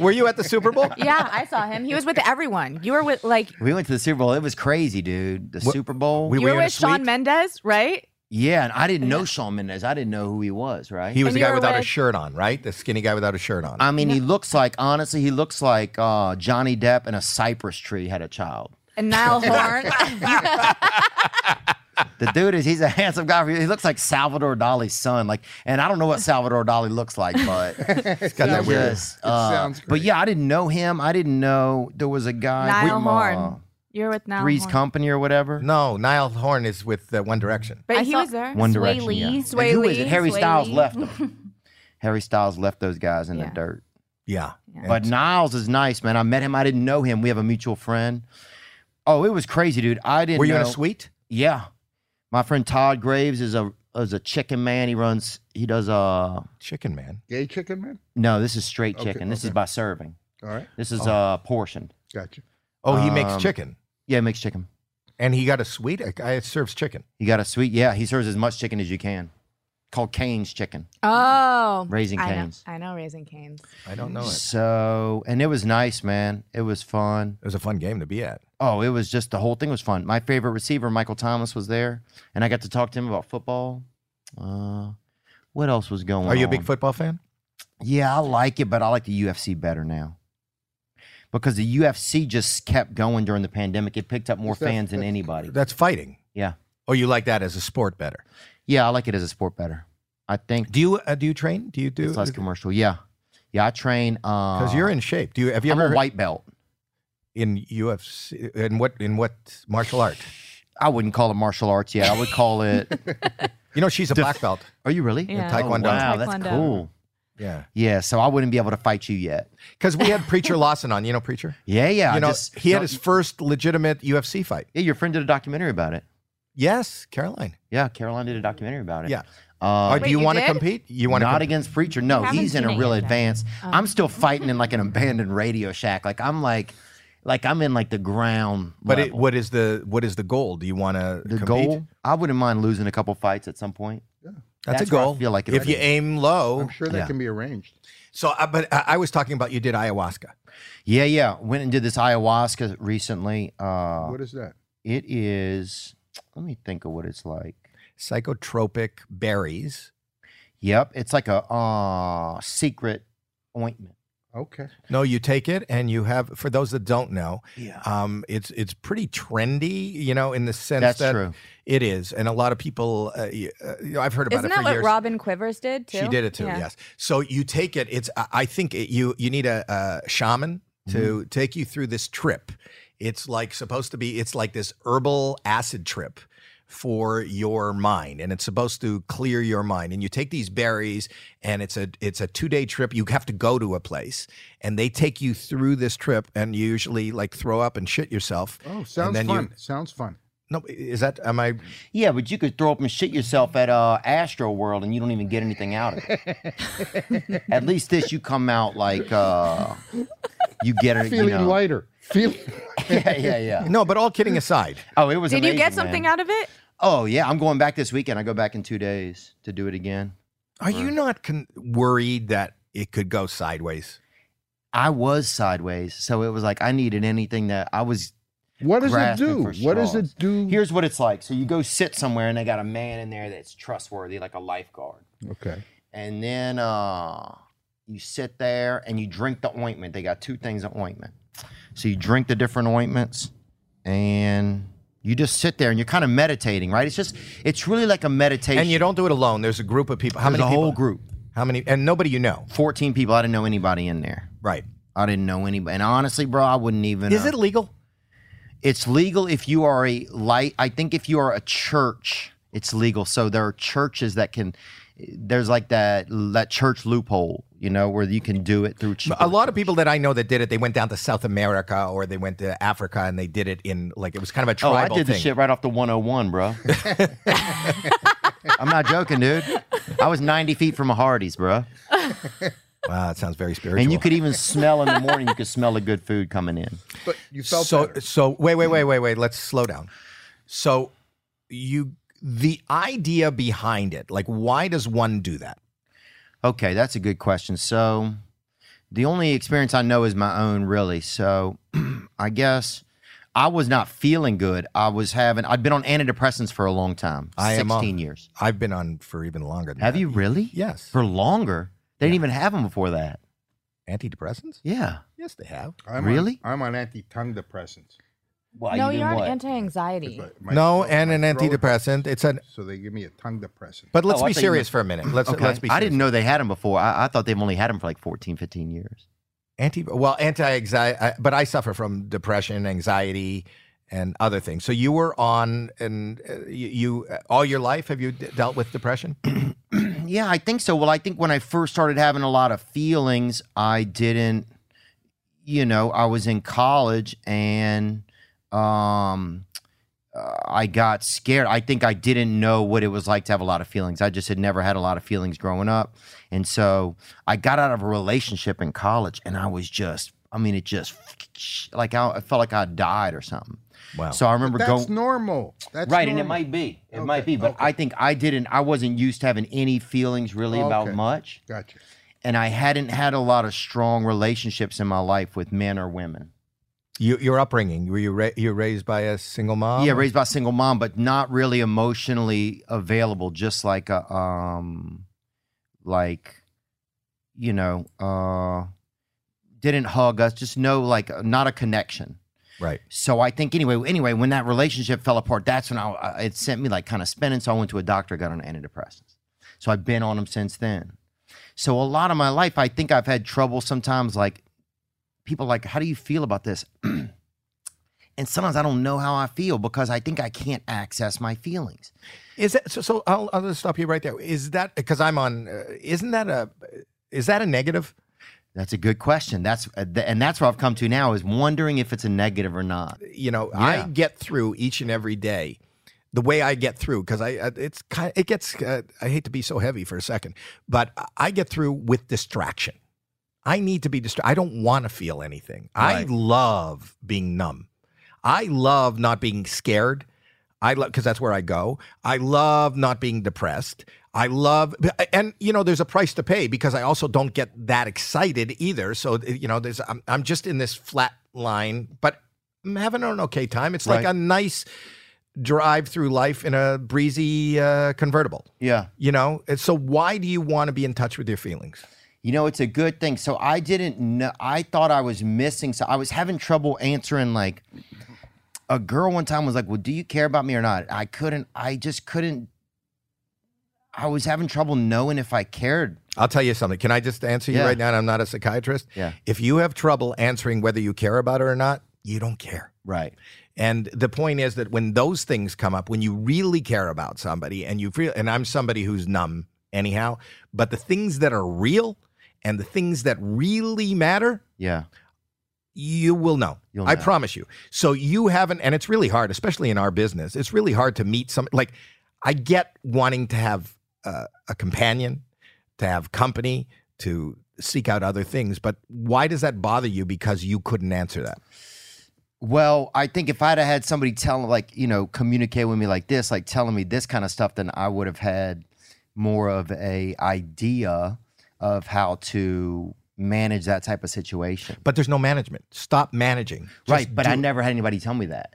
Were you at the Super Bowl? yeah, I saw him. He was with everyone. You were with like We went to the Super Bowl. It was crazy, dude. The What- Super Bowl. we- you were in a with Sean suite? Mendez, right? yeah, and I didn't know Shawn Mendes. I didn't know who he was, right? He was And the you guy were without a with- shirt on, right? The skinny guy without a shirt on. I mean, he looks like, honestly, he looks like uh, Johnny Depp and a cypress tree had a child. And Niall Horn. The dude is, he's a handsome guy. He looks like Salvador Dali's son. Like, and I don't know what Salvador Dali looks like, but. It's got that sounds weird. Yes, It uh, sounds But great. yeah, I didn't know him. I didn't know there was a guy. Niall from, Horn. You were with Uh, Niall Three's Horn. Company or whatever. No, Niall Horn is with uh, One Direction. But I he saw- was there. One Sway Direction. Lee. yeah. And Sway who is Lee. it? Harry Sway Styles Lee. left them. Harry Styles left those guys in Yeah. the dirt. Yeah. Yeah. But Niles is nice, man. I met him. I didn't know him. We have a mutual friend. Oh, it was crazy, dude. I didn't. Were you know. in a suite? Yeah, my friend Todd Graves is a is a chicken man. He runs. He does. Uh, Chicken man. Gay chicken man. no, this is straight Okay, chicken. This is okay. by serving. All right, This is uh portioned. gotcha. Oh, he makes Um, chicken, Yeah, mixed chicken. and he got a suite. A guy that serves chicken. You got a sweet. Yeah, he serves as much chicken as you can. Called Cane's Chicken. Oh, Raising I know- Cane's. I know Raising Canes. I don't know it. So, and it was nice, man. It was fun. It was a fun game to be at. Oh, it was just the whole thing was fun. My favorite receiver, Michael Thomas, was there, and I got to talk to him about football. Uh, what else was going on? Are you a big football fan? Yeah, I like it, but I like the UFC better now because the UFC just kept going during the pandemic. It picked up more Is that- fans than that's- anybody. That's fighting. Yeah, Or you like that as a sport better? yeah, I like it as a sport better. I think Do you uh, do you train? Do you do? it's less commercial. Yeah, yeah, I train because Because you're in shape. Do you have you I'm ever a white belt. in UFC in what in what martial art? I wouldn't call it martial arts yet. I would call it. You know, she's a black belt. Are you really? Yeah. Oh, Taekwondo. wow, that's Taekwondo. cool. Yeah, Yeah, so I wouldn't be able to fight you yet. because we had Preacher Lawson on. You know Preacher. Yeah, yeah. I you know just- he had don't- his first legitimate UFC fight. Yeah, your friend did a documentary about it. Yes, Caroline. Yeah, Caroline did a documentary about it. Yeah. Uh, Or do Wait, you you want to did? compete? You want not to? compete? against Preacher. No, Haven't he's in seen a it real yet, though. advanced. I'm still fighting in like an abandoned radio shack. Like I'm like, like I'm in like the ground. but it, level. what is the what is the goal? Do you want to the compete? goal? I wouldn't mind losing a couple fights at some point. That's, That's a where I goal. feel like it if you already is. aim low, I'm sure that Oh, yeah. can be arranged. So, uh, but I, I was talking about you did ayahuasca. Yeah, yeah. Went and did this ayahuasca recently. Uh, What is that? it is. Let me think of what it's like. Psychotropic berries. Yep, it's like a uh, secret ointment. Okay. No, you take it and you have. For those that don't know, Yeah, um, it's it's pretty trendy, you know, in the sense that's that true. it is, and a lot of people, uh, y- uh, you know, I've heard about Isn't it for that what years. Robin Quivers did too? She did it too. Yes. So you take it. It's. I- I think it, you you need a, a shaman to Mm-hmm. take you through this trip. It's like supposed to be. It's like this herbal acid trip for your mind, and it's supposed to clear your mind. And you take these berries, and it's a it's a two day trip. You have to go to a place, and they take you through this trip, and you usually like throw up and shit yourself. Oh, sounds then you- fun. Sounds fun. No, is that am I? Yeah, but you could throw up and shit yourself at uh, Astro World, and you don't even get anything out of it. at least this, you come out like uh, you get it. Feeling you know. lighter. Feeling. yeah, yeah, yeah. No, but all kidding aside. Oh, it was. Did you get something out of it? Oh yeah, I'm going back this weekend. I go back in two days to do it again. Are you not con- worried that it could go sideways? I was sideways, so it was like I needed anything that I was. What does it grasping do? for What does it straws. do? Here's what it's like. So you go sit somewhere and they got a man in there that's trustworthy, like a lifeguard. okay. And then uh, you sit there and you drink the ointment. They got two things of ointment. So you drink the different ointments and you just sit there and you're kind of meditating, right? It's just, it's really like a meditation. And you don't do it alone. There's a group of people. How There's many a whole people? group. How many? And nobody you know, 14 people. I didn't know anybody in there. right? I didn't know anybody. And honestly, bro, I wouldn't even. Is uh, it legal? it's legal if you are a light i think if you are a church it's legal so there are churches that can there's like that that church loophole you know where you can do it through ch- A lot of people that I know that did it, they went down to South America or they went to Africa and they did it in like it was kind of a oh tribal i did thing. the shit right off the 101 bro i'm not joking dude i was 90 feet from a hardy's bro Wow, that sounds very spiritual. and you could even smell in the morning you could smell the good food coming in But you felt so better. so wait wait wait wait wait let's slow down so you the idea behind it like why does one do that Okay, that's a good question. So, the only experience I know is my own, really. So, I guess I was not feeling good. I was having, I'd been on antidepressants for a long time I am uh, on- 16 years. i've been on for even longer than Have that. you really? yes For longer? They didn't even have them before that. antidepressants Yeah. yes they have I'm Really? On, I'm on anti-tongue depressants. Well, no, you're on anti-anxiety. But my no throat- and my an throat- antidepressant it's an So they give me a tongue depressant. but let's Oh, I be thought you serious meant- for a minute let's Okay. let's be serious. I didn't know they had them before. I, I thought they've only had them for like 14, 15 years. anti well anti-anxiety but i suffer from depression anxiety and other things so you were on and uh, you, you uh, all your life have you d- dealt with depression yeah, I think so. Well, I think when I first started having a lot of feelings, I didn't, you know, I was in college and um, uh, I got scared. I think I didn't know what it was like to have a lot of feelings. I just had never had a lot of feelings growing up. And so I got out of a relationship in college and I was just, I mean, it just like I, I felt like I died or something. wow So I remember That's going normal. That's right, and it normal. might be, it Okay, might be, but okay. I think I didn't. I wasn't used to having any feelings really about Okay. much, Gotcha. and I hadn't had a lot of strong relationships in my life with men or women. You, your upbringing were you ra- you were raised by a single mom? Um, yeah, raised by a single mom, but not really emotionally available. Just like a, um, like, you know, uh, didn't hug us. Just no, like, not a connection. right. So I think anyway, anyway, when that relationship fell apart, that's when I I- it sent me like kind of spinning. So I went to a doctor, got on antidepressants. So I've been on them since then. So a lot of my life, I think I've had trouble sometimes. Like people, like, how do you feel about this? and sometimes I don't know how I feel because I think I can't access my feelings. Is that so? So I'll, I'll just stop you right there. Is that because I'm on? Uh, isn't that a? Is that a negative? That's a good question. That's uh, th- and that's where I've come to now is wondering if it's a negative or not. You know, Yeah. I get through each and every day. The way I get through, because I I- it's kind it gets. Uh, I hate to be so heavy for a second, but I- I get through with distraction. I need to be distracted. I don't want to feel anything. I Right. love being numb. I love not being scared. I love because that's where I go. I love not being depressed. I love, and you know, there's a price to pay because I also don't get that excited either. So eh, you know, there's I'm, I'm just in this flat line, but I'm having an okay time. It's like Right. a nice drive through life in a breezy uh, convertible. Yeah. You know, and so why do you want to be in touch with your feelings? You know, it's a good thing. So I didn't know. I thought I was missing. So I was having trouble answering. Like a girl one time was like, "Well, do you care about me or not?" I couldn't. I just couldn't. I was having trouble knowing if I cared. I'll tell you something. Can I just answer you Yeah. right now? And I'm not a psychiatrist. Yeah. If you have trouble answering whether you care about it or not, you don't care. Right. And the point is that when those things come up, when you really care about somebody and you feel, and I'm somebody who's numb anyhow, but the things that are real and the things that really matter, Yeah. you will know. You'll I know. promise you. So you haven't, and it's really hard, especially in our business. It's really hard to meet some. Like, I get wanting to have uh, a companion, to have company, to seek out other things. But why does that bother you? Because you couldn't answer that. Well, I think if I'd have had somebody tell, like, you know, communicate with me like this, like telling me this kind of stuff, then I would have had more of a idea of how to manage that type of situation. But there's no management. Stop managing. Just right, but do I it. never had anybody tell me that.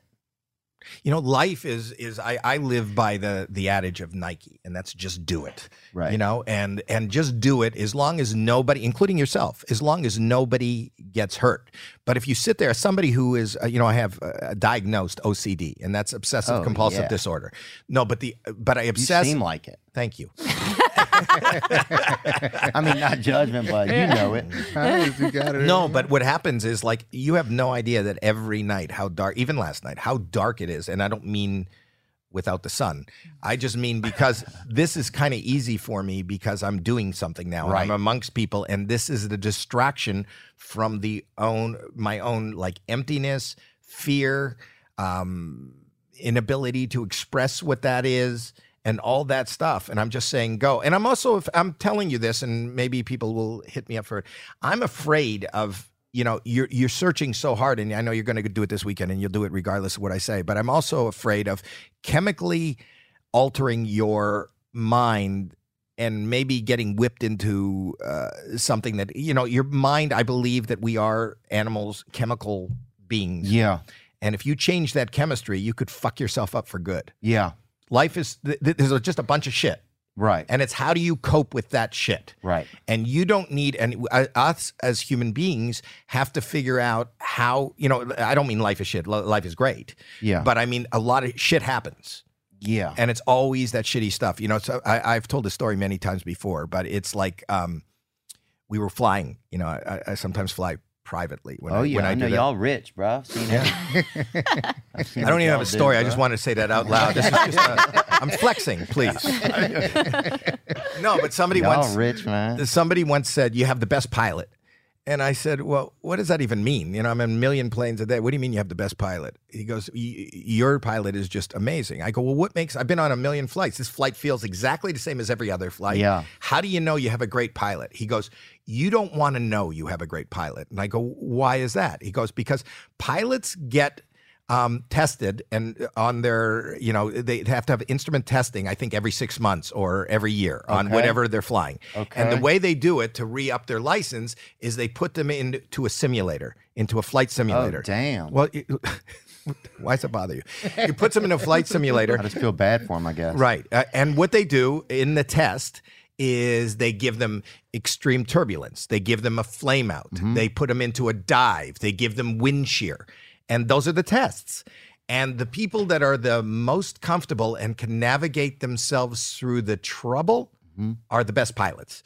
You know, life is is I I live by the the adage of Nike, and that's just do it. Right. You know, and and just do it as long as nobody, including yourself, as long as nobody gets hurt. But if you sit there, somebody who is, uh, you know, I have uh, diagnosed OCD, and that's obsessive Oh, compulsive yeah. disorder. No, but the but I you obsess. seem like it. Thank you. I mean, not judgment, but you know it. you got it. No, but what happens is like you have no idea that every night how dark, even last night, how dark it is. And I don't mean without the sun. I just mean because this is kind of easy for me because I'm doing something now. and I'm Right. amongst people, and this is the distraction from the own my own like emptiness, fear, um, inability to express what that is and all that stuff and i'm just saying go and i'm also if i'm telling you this and maybe people will hit me up for it i'm afraid of you know you're you're searching so hard and i know you're going to do it this weekend and you'll do it regardless of what i say but i'm also afraid of chemically altering your mind and maybe getting whipped into uh, something that you know your mind i believe that we are animals chemical beings Yeah, and if you change that chemistry, you could fuck yourself up for good. yeah, Life is, th- th- there's just a bunch of shit. right, And it's how do you cope with that shit? right, And you don't need, and uh, us as human beings have to figure out how, you know, I don't mean life is shit. Li- Life is great. Yeah. But I mean, a lot of shit happens yeah. and it's always that shitty stuff. You know, so I, I've told this story many times before, but it's like um, we were flying. You know, I, I- I sometimes fly privately when oh I, yeah, when I, I, know do that. y'all rich, bro. I've seen it. I've seen I don't even have what y'all a story. do, I just bruh. wanted to say that out loud. This is just uh, I'm flexing, please. no, but somebody y'all once rich, man. somebody once said you have the best pilot. And I said, "Well, what does that even mean? You know, I'm in a million planes a day. What do you mean you have the best pilot?" He goes, "Y- "Your pilot is just amazing." I go, "Well, what makes I've been on a million flights. This flight feels exactly the same as every other flight. Yeah. How do you know you have a great pilot?" He goes, "You don't want to know you have a great pilot." And I go, "Why is that?" He goes, "Because pilots get um, tested and on their, you know, they have to have instrument testing. I think every six months or every year on Okay. whatever they're flying. And the Okay. way they do it to re up their license is they put them into a simulator, into a flight simulator. Oh damn. Well, you, why does it bother you? You put them in a flight I simulator, just feel bad for him, I guess. right? Uh, and what they do in the test is they give them extreme turbulence, they give them a flame out, they put them into a dive, they give them wind shear, and those are the tests. And the people that are the most comfortable and can navigate themselves through the trouble are the best pilots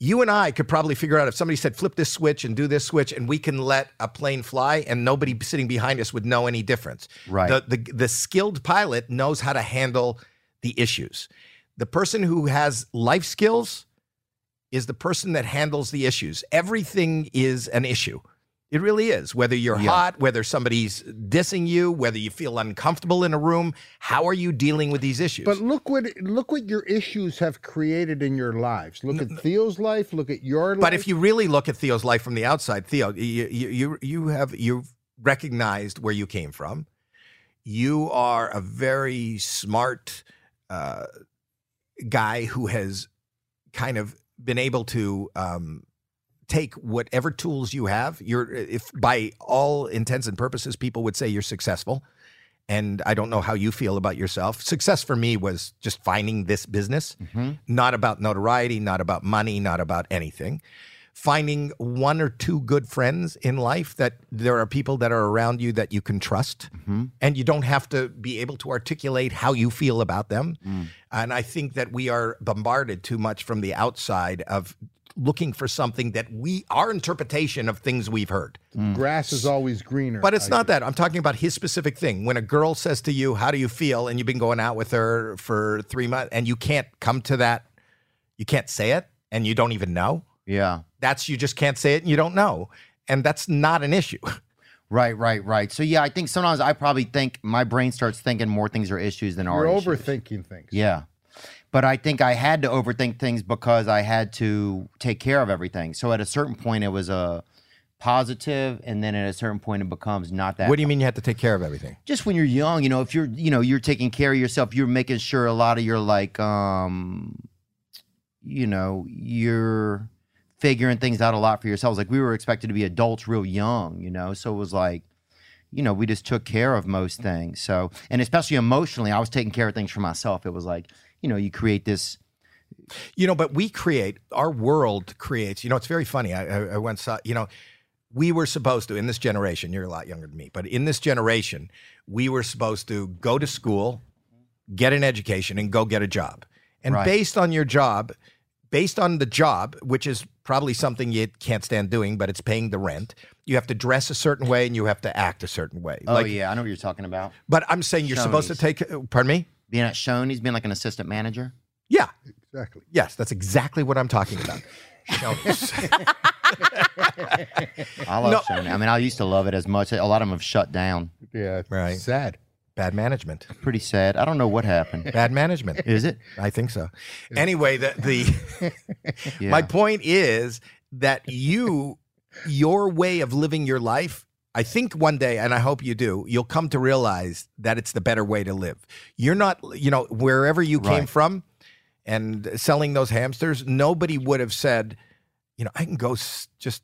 you and I could probably figure out if somebody said flip this switch and do this switch, and we can let a plane fly, and nobody sitting behind us would know any difference. Right. The the, the skilled pilot knows how to handle the issues. The person who has life skills is the person that handles the issues. Everything is an issue. It really is. Whether you're Yeah. hot, whether somebody's dissing you, whether you feel uncomfortable in a room, how are you dealing with these issues? But look what look what your issues have created in your lives. Look at Theo's life. Look at your life. But if you really look at Theo's life from the outside, Theo, you you you, you have you've recognized where you came from. You are a very smart uh, guy who has kind of been able to um, take whatever tools you have. You're, if by all intents and purposes, people would say you're successful. And I don't know how you feel about yourself. Success for me was just finding this business, not about notoriety, not about money, not about anything. Finding one or two good friends in life that there are people that are around you that you can trust and you don't have to be able to articulate how you feel about them. And I think that we are bombarded too much from the outside of looking for something that we, our interpretation of things we've heard. grass is always greener. But it's not that. I'm talking about his specific thing. When a girl says to you, How do you feel? and you've been going out with her for three months and you can't come to that, you can't say it and you don't even know. Yeah. That's you just can't say it and you don't know. And that's not an issue. Right, right, right. So yeah, I think sometimes I probably think my brain starts thinking more things are issues than are You're issues. overthinking things. Yeah. But I think I had to overthink things because I had to take care of everything. So at a certain point it was a positive and then at a certain point it becomes not that what do you mean you have to take care of everything? just when you're young, you know, if you're, you know, you're taking care of yourself, you're making sure a lot of your like, um, you know, your figuring things out a lot for yourselves. Like we were expected to be adults real young, you know. So it was like, you know, we just took care of most things. So and especially emotionally, I was taking care of things for myself. It was like, you know, you create this. You know, but we create our world creates. You know, it's very funny. I, I, I once saw. You know, we were supposed to in this generation. You're a lot younger than me, but in this generation, we were supposed to go to school, get an education, and go get a job. And Right. based on your job, based on the job, which is probably something you can't stand doing, but it's paying the rent. You have to dress a certain way and you have to act a certain way. Oh yeah, I know what you're talking about. But I'm saying you're supposed to Shoney's. take. uh, Pardon me. Being at Shoney's, being like an assistant manager. Yeah. Exactly. Yes, that's exactly what I'm talking about. Shoney's. I love No. Shoney. I mean, I used to love it as much. A lot of them have shut down. Yeah. Right. Sad. Bad management. Pretty sad. I don't know what happened. Bad management. Is it? I think so. Anyway, the the Yeah. my point is that you your way of living your life I think one day, and I hope you do, you'll come to realize that it's the better way to live. You're not, you know, wherever you came Right. from and selling those hamsters, nobody would have said, you know, I can go s- just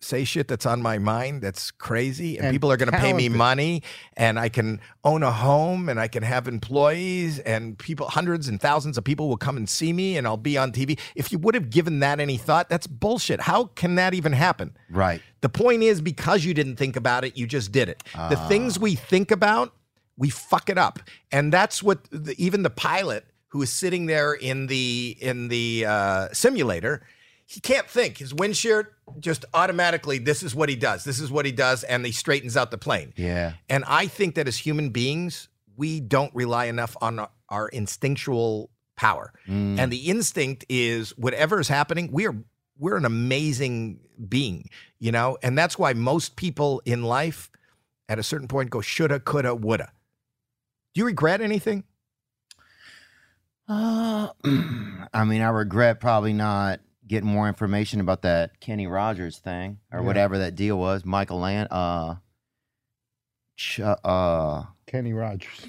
say shit that's on my mind that's crazy and, And people are going to pay me talented. money and I can own a home and I can have employees and people hundreds and thousands of people will come and see me and I'll be on TV. If you would have given that any thought, that's bullshit. How can that even happen? right. The point is because you didn't think about it, you just did it. the things we think about, we fuck it up. And that's what the, even the pilot who is sitting there in the in the uh, simulator, he can't think. His windshield just automatically this is what he does. This is what he does and he straightens out the plane. Yeah. And I think that as human beings, we don't rely enough on our- our instinctual power. And the instinct is whatever is happening, we are we're an amazing being, you know? And that's why most people in life at a certain point go shoulda, coulda, woulda. Do you regret anything? Uh, I mean, I regret probably not getting more information about that Kenny Rogers thing or Yeah. whatever that deal was. Michael Land. Uh, ch- uh, Kenny Rogers.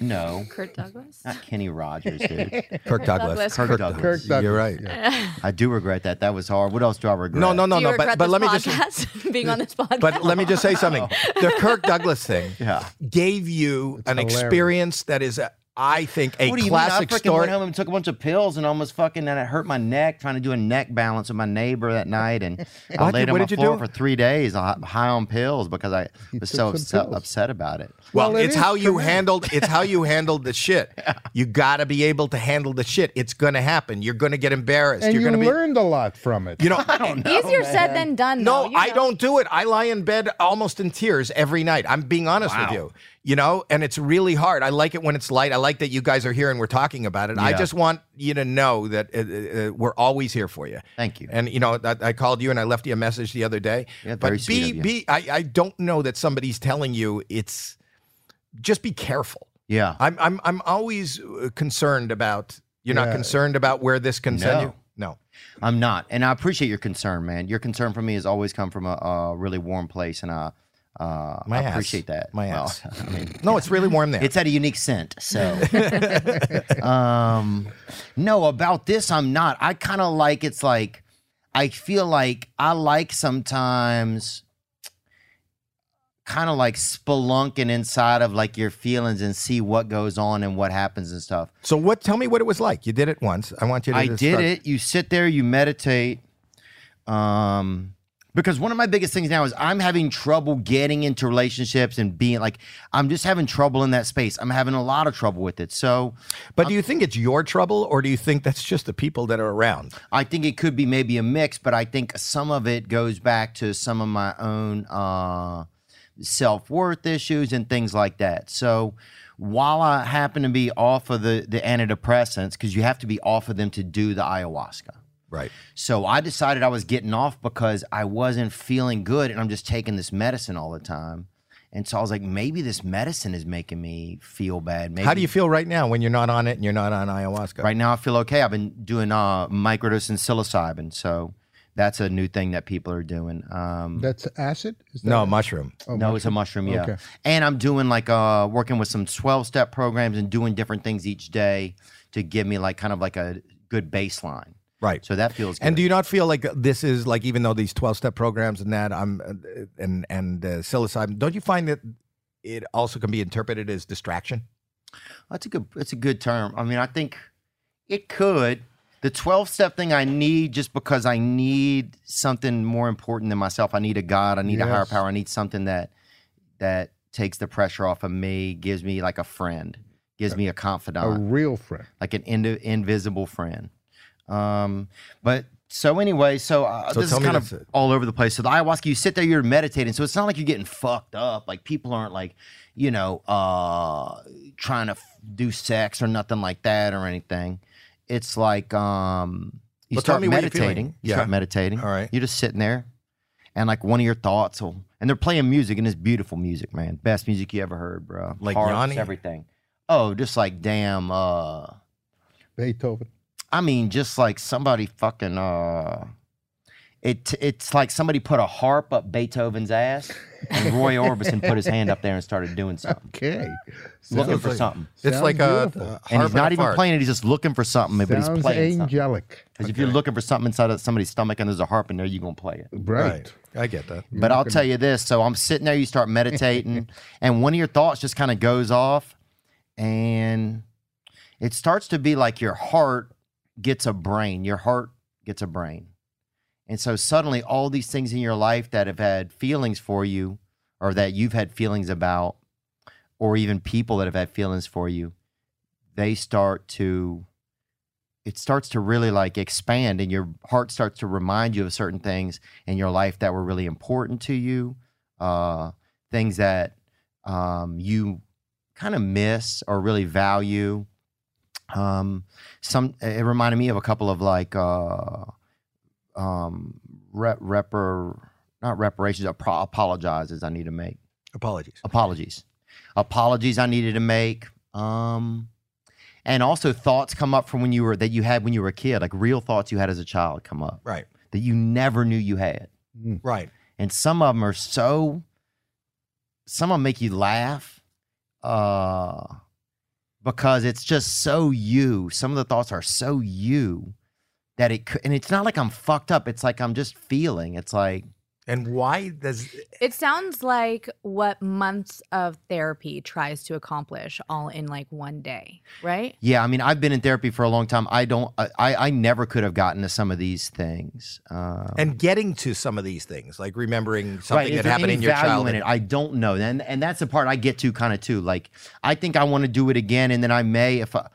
no, Kurt Douglas. not Kenny Rogers, dude. Kirk Douglas. Douglas. Kirk Douglas. Kirk Douglas. You're right. yeah. I do regret that. That was hard. What else do I regret? No, no, no, Do you no. But regret but this let me just podcast, being on this podcast. but let me just say something. The Kirk Douglas thing Yeah. gave you It's an hilarious. experience that is, a, I think, a what do you classic mean? I freaking story. went home and took a bunch of pills and almost fucking and it hurt my neck trying to do a neck balance with my neighbor that night and I What? laid on What my did you floor do? for three days uh, high on pills because I You was took so some upset, pills. upset about it. Well, Well, it it's is how you traumatic. handled it's how you handled the shit. You got to be able to handle the shit. It's going to happen. You're going to get embarrassed. And You're you going to be learned a lot from it. you know Easier said than done. Oh, no, though, you I know. don't do it. I lie in bed almost in tears every night. I'm being honest with you. You know, and it's really hard. I like it when it's light. I like that you guys are here and we're talking about it. I Yeah. just want you to know that uh, uh, we're always here for you. Thank you. And you know, I, I called you and I left you a message the other day. Yeah, but very be sweet of you. be I, I don't know that somebody's telling you it's just be careful. yeah. I'm I'm I'm always uh, concerned about you're not Yeah. concerned about where this can send you. No. I'm not, and I appreciate your concern, man. Your concern for me has always come from a, a really warm place, and I, uh, My I ass. appreciate that. My Well, ass. I mean, No, it's really warm there. it's had a unique scent, so. um, no, about this, I'm not. I kind of like it's like I feel like I like sometimes kind of like spelunking inside of like your feelings and see what goes on and what happens and stuff. so what tell me what it was like. You did it once. I want you to I describe- did it. You sit there, you meditate. Um, because one of my biggest things now is I'm having trouble getting into relationships and being like, I'm just having trouble in that space. I'm having a lot of trouble with it. So But do you think it's your trouble or do you think that's just the people that are around? I think it could be maybe a mix, but I think some of it goes back to some of my own uh, self worth issues and things like that. So while I happen to be off of the, the antidepressants, because you have to be off of them to do the ayahuasca. Right. So I decided I was getting off because I wasn't feeling good and I'm just taking this medicine all the time. And so I was like, maybe this medicine is making me feel bad. Maybe How do you feel right now when you're not on it and you're not on ayahuasca? Right now, I feel okay. I've been doing uh, microdose and psilocybin, so that's a new thing that people are doing. Um, That's acid? Is No, that- mushroom. Oh, no, it's a mushroom, yeah. Okay. And I'm doing like uh, working with some twelve step programs and doing different things each day to give me like kind of like a good baseline. Right. So that feels good. And do you not feel like this is like even though these twelve step programs and that I'm uh, and and uh, psilocybin, don't you find that it also can be interpreted as distraction? That's a good. That's a good term. I mean, I think it could. The twelve step thing I need just because I need something more important than myself. I need a God. I need a higher Yes. power. I need something that that takes the pressure off of me. Gives me like a friend. Gives me a a confidant, real friend. like an in, invisible friend. Um, but so anyway, so, uh, So this is tell me kind of this- all over the place. So the ayahuasca, you sit there, you're meditating. So it's not like you're getting fucked up. Like people aren't like, you know, uh, trying to f- do sex or nothing like that or anything. It's like um, you Well, tell start me what you're feeling. meditating. You Yeah. start meditating. All right. You're just sitting there, and like one of your thoughts will, and they're playing music, and it's beautiful music, man. Best music you ever heard, bro. Like Harps, Yanni? everything. Oh, just like damn. uh Beethoven. I mean, just like somebody fucking uh it it's like somebody put a harp up Beethoven's ass and Roy Orbison put his hand up there and started doing something. Okay. looking Sounds- for something. It's Sounds like a, beautiful. a And harp he's a not even fart. playing it, he's just looking for something, but uh, he's Sounds playing something. angelic. Because if you're looking for something inside of somebody's stomach and there's a harp in there, you're gonna play it. Right. I get that. but I'll tell you this. So I'm sitting there, you start meditating, and one of your thoughts just kind of goes off, and it starts to be like your heart gets a brain. Your heart gets a brain. And so suddenly, all these things in your life that have had feelings for you, or that you've had feelings about, or even people that have had feelings for you, they start to, it starts to really like expand, and your heart starts to remind you of certain things in your life that were really important to you, uh, things that um, you kind of miss or really value. Um, some it reminded me of a couple of like uh, um, rep, repar, not reparations, apo- apologizes I need to make Apologies. apologies apologies i needed to make um and also thoughts come up from when you were that you had when you were a kid like real thoughts you had as a child come up Right. that you never knew you had Right. and some of them are so some of them make you laugh uh because it's just so you some of the thoughts are so you that it could and it's not like i'm fucked up it's like i'm just feeling it's like And why does It sounds like what months of therapy tries to accomplish all in like one day, right? Yeah, I mean, I've been in therapy for a long time. I don't, I, I I never could have gotten to some of these things. Um, and getting to some of these things, like remembering right, something is that there happened any in your value childhood. in it? I don't know. And and that's the part I get to kind of too. Like, I think I want to do it again, and then I may if I.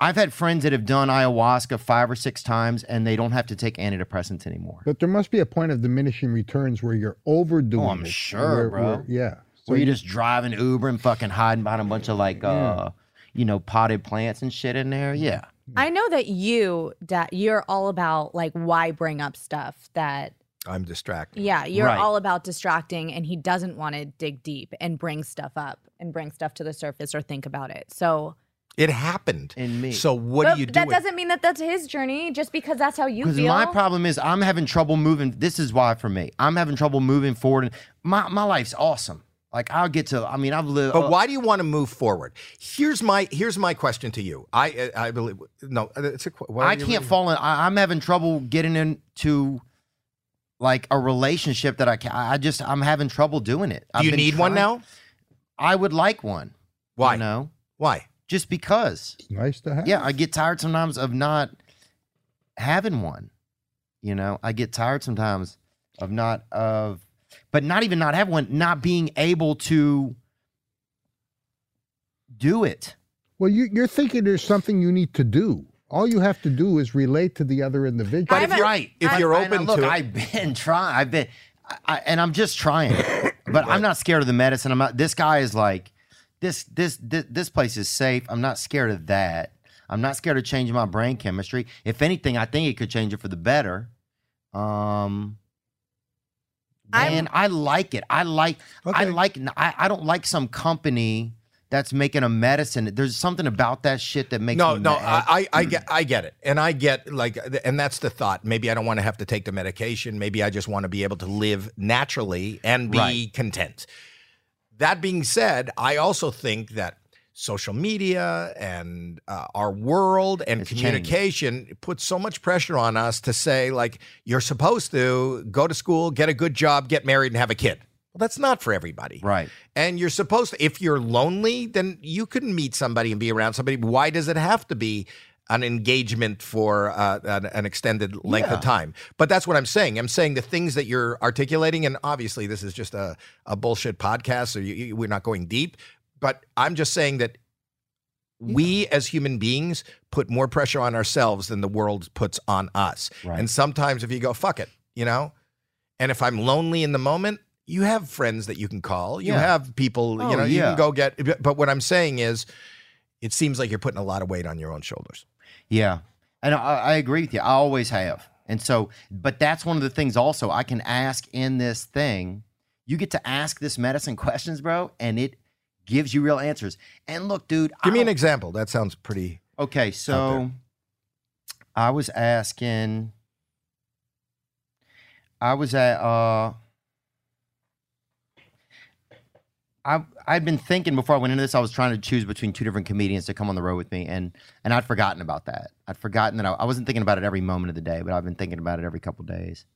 I've had friends that have done ayahuasca five or six times, and they don't have to take antidepressants anymore. But there must be a point of diminishing returns where you're overdoing Oh, I'm it, sure, where- bro. where- yeah. Where you're just driving Uber and fucking hiding behind a bunch of like, uh, you know, potted plants and shit in there. Mm-hmm. Yeah. I know that you, Dad, you're all about like why bring up stuff that I'm distracted. Yeah, you're Right. all about distracting, and he doesn't want to dig deep and bring stuff up and bring stuff to the surface or think about it. So, It happened. In me. So what but do you do? that with- doesn't mean that that's his journey. Just because that's how you Because feel, my problem is I'm having trouble moving. This is why for me, I'm having trouble moving forward. And my my life's awesome. Like I'll get to. I mean, I've lived. uh, But why do you want to move forward? Here's my here's my question to you. I I, I believe no. It's a qu- why I are you- can't fall in. I, I'm having trouble getting into like a relationship that I can. I just I'm having trouble doing it. Do you need one now? I would like one. Why? You know, Why? just because. It's nice to have. Yeah, I get tired sometimes of not having one. You know, I get tired sometimes of not of, but not even not having one, not being able to do it. Well, you, you're thinking there's something you need to do. All you have to do is relate to the other individual. But I'm if a- you're Right. if I- you're and I- open look, to it, I've been trying. I've been, I, I- and I'm just trying. but I'm not scared of the medicine. I'm not. This guy is like, this, this, this, this place is safe. I'm not scared of that. I'm not scared of changing my brain chemistry. If anything, I think it could change it for the better. Um, I'm- and I like it. I like. I Okay. like. I, I don't like some company that's making a medicine. There's something about that shit that makes no, me no, mad. Mm. I, I, I get, I get it, and I get like, and that's the thought. Maybe I don't want to have to take the medication. Maybe I just want to be able to live naturally and be Right. content. That being said, I also think that social media and uh, our world and It's changed. communication puts so much pressure on us to say like you're supposed to go to school, get a good job, get married, and have a kid. Well, that's not for everybody. Right. And you're supposed to, if you're lonely, then you can meet somebody and be around somebody. Why does it have to be an engagement for uh, an, an extended length Yeah. of time? But that's what I'm saying. I'm saying the things that you're articulating, and obviously this is just a, a bullshit podcast, so you, you, we're not going deep, but I'm just saying that. We as human beings put more pressure on ourselves than the world puts on us. Right. And sometimes if you go, fuck it, you know? And if I'm lonely in the moment, you have friends that you can call. You Yeah. have people, Oh, you know, you yeah. can go get. But what I'm saying is, it seems like you're putting a lot of weight on your own shoulders. Yeah. And I, I agree with you. I always have. And so, but that's one of the things also I can ask in this thing. You get to ask this medicine questions, bro, and it gives you real answers. And look, dude, Give me I an don't- example. That sounds pretty. Okay, so I was asking. I was at. Uh, I I'd been thinking before I went into this. I was trying to choose between two different comedians to come on the road with me, and and I'd forgotten about that. I'd forgotten that I, I wasn't thinking about it every moment of the day, but I've been thinking about it every couple days.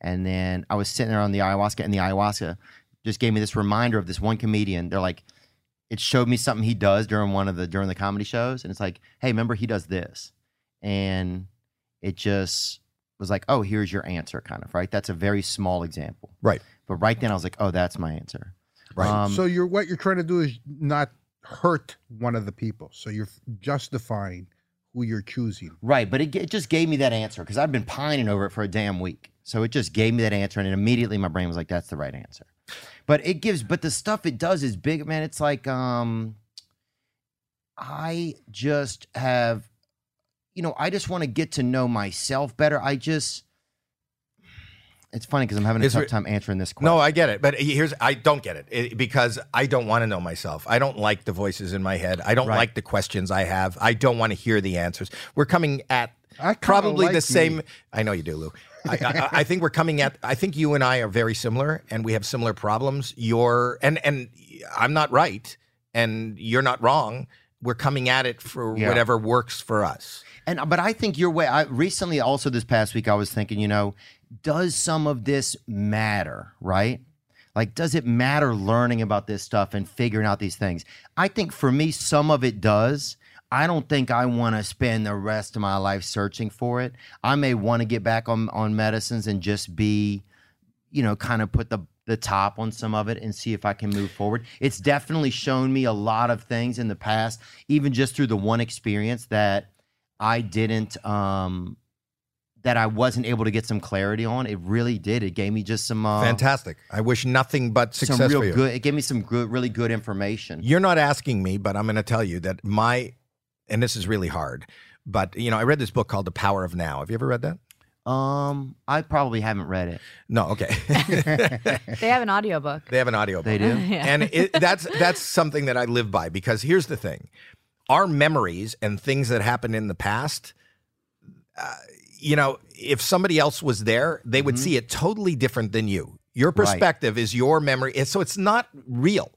And then I was sitting there on the ayahuasca, and the ayahuasca just gave me this reminder of this one comedian. They're like, it showed me something he does during one of the during the comedy shows, and it's like, hey, remember he does this, and it just was like, oh, here's your answer, kind of right. That's a very small example, Right. But right then I was like, oh, that's my answer, Right. Um, so you're what you're trying to do is not hurt one of the people. So you're justifying who you're choosing. Right, but it, g- it just gave me that answer because I've been pining over it for a damn week. So it just gave me that answer, and it immediately my brain was like, "That's the right answer." But it gives, but the stuff it does is big, man. It's like, um, I just have, you know, I just want to get to know myself better. I just, it's funny because I'm having a Is tough there- time answering this question. No, I get it, but here's I don't get it, it because I don't want to know myself. I don't like the voices in my head. I don't Right. like the questions I have. I don't want to hear the answers. We're coming at I kinda probably like the me. same. I know you do, Lou. I, I, I think we're coming at. I think you and I are very similar, and we have similar problems. You're and and I'm not right, and you're not wrong. We're coming at it for Yeah. whatever works for us. And but I think your way. I recently, also this past week, I was thinking, you know, does some of this matter, right? Like, does it matter learning about this stuff and figuring out these things? I think for me, some of it does. I don't think I want to spend the rest of my life searching for it. I may want to get back on on medicines and just be, you know, kind of put the the top on some of it and see if I can move forward. It's definitely shown me a lot of things in the past, even just through the one experience that I didn't um that I wasn't able to get some clarity on. It really did. It gave me just some uh, Fantastic. Um, I wish nothing but success some real for you. good. It gave me some good, really good information. You're not asking me, but I'm going to tell you that my, and this is really hard, but you know, I read this book called The Power of Now. Have you ever read that? Um, I probably haven't read it. No. Okay. They have an audiobook. they have an audio. They do. yeah. and it, that's that's something that I live by because here's the thing: our memories and things that happened in the past. Uh, you know, if somebody else was there, they would Mhm. see it totally different than you. Your Right. perspective is your memory, and so it's not real.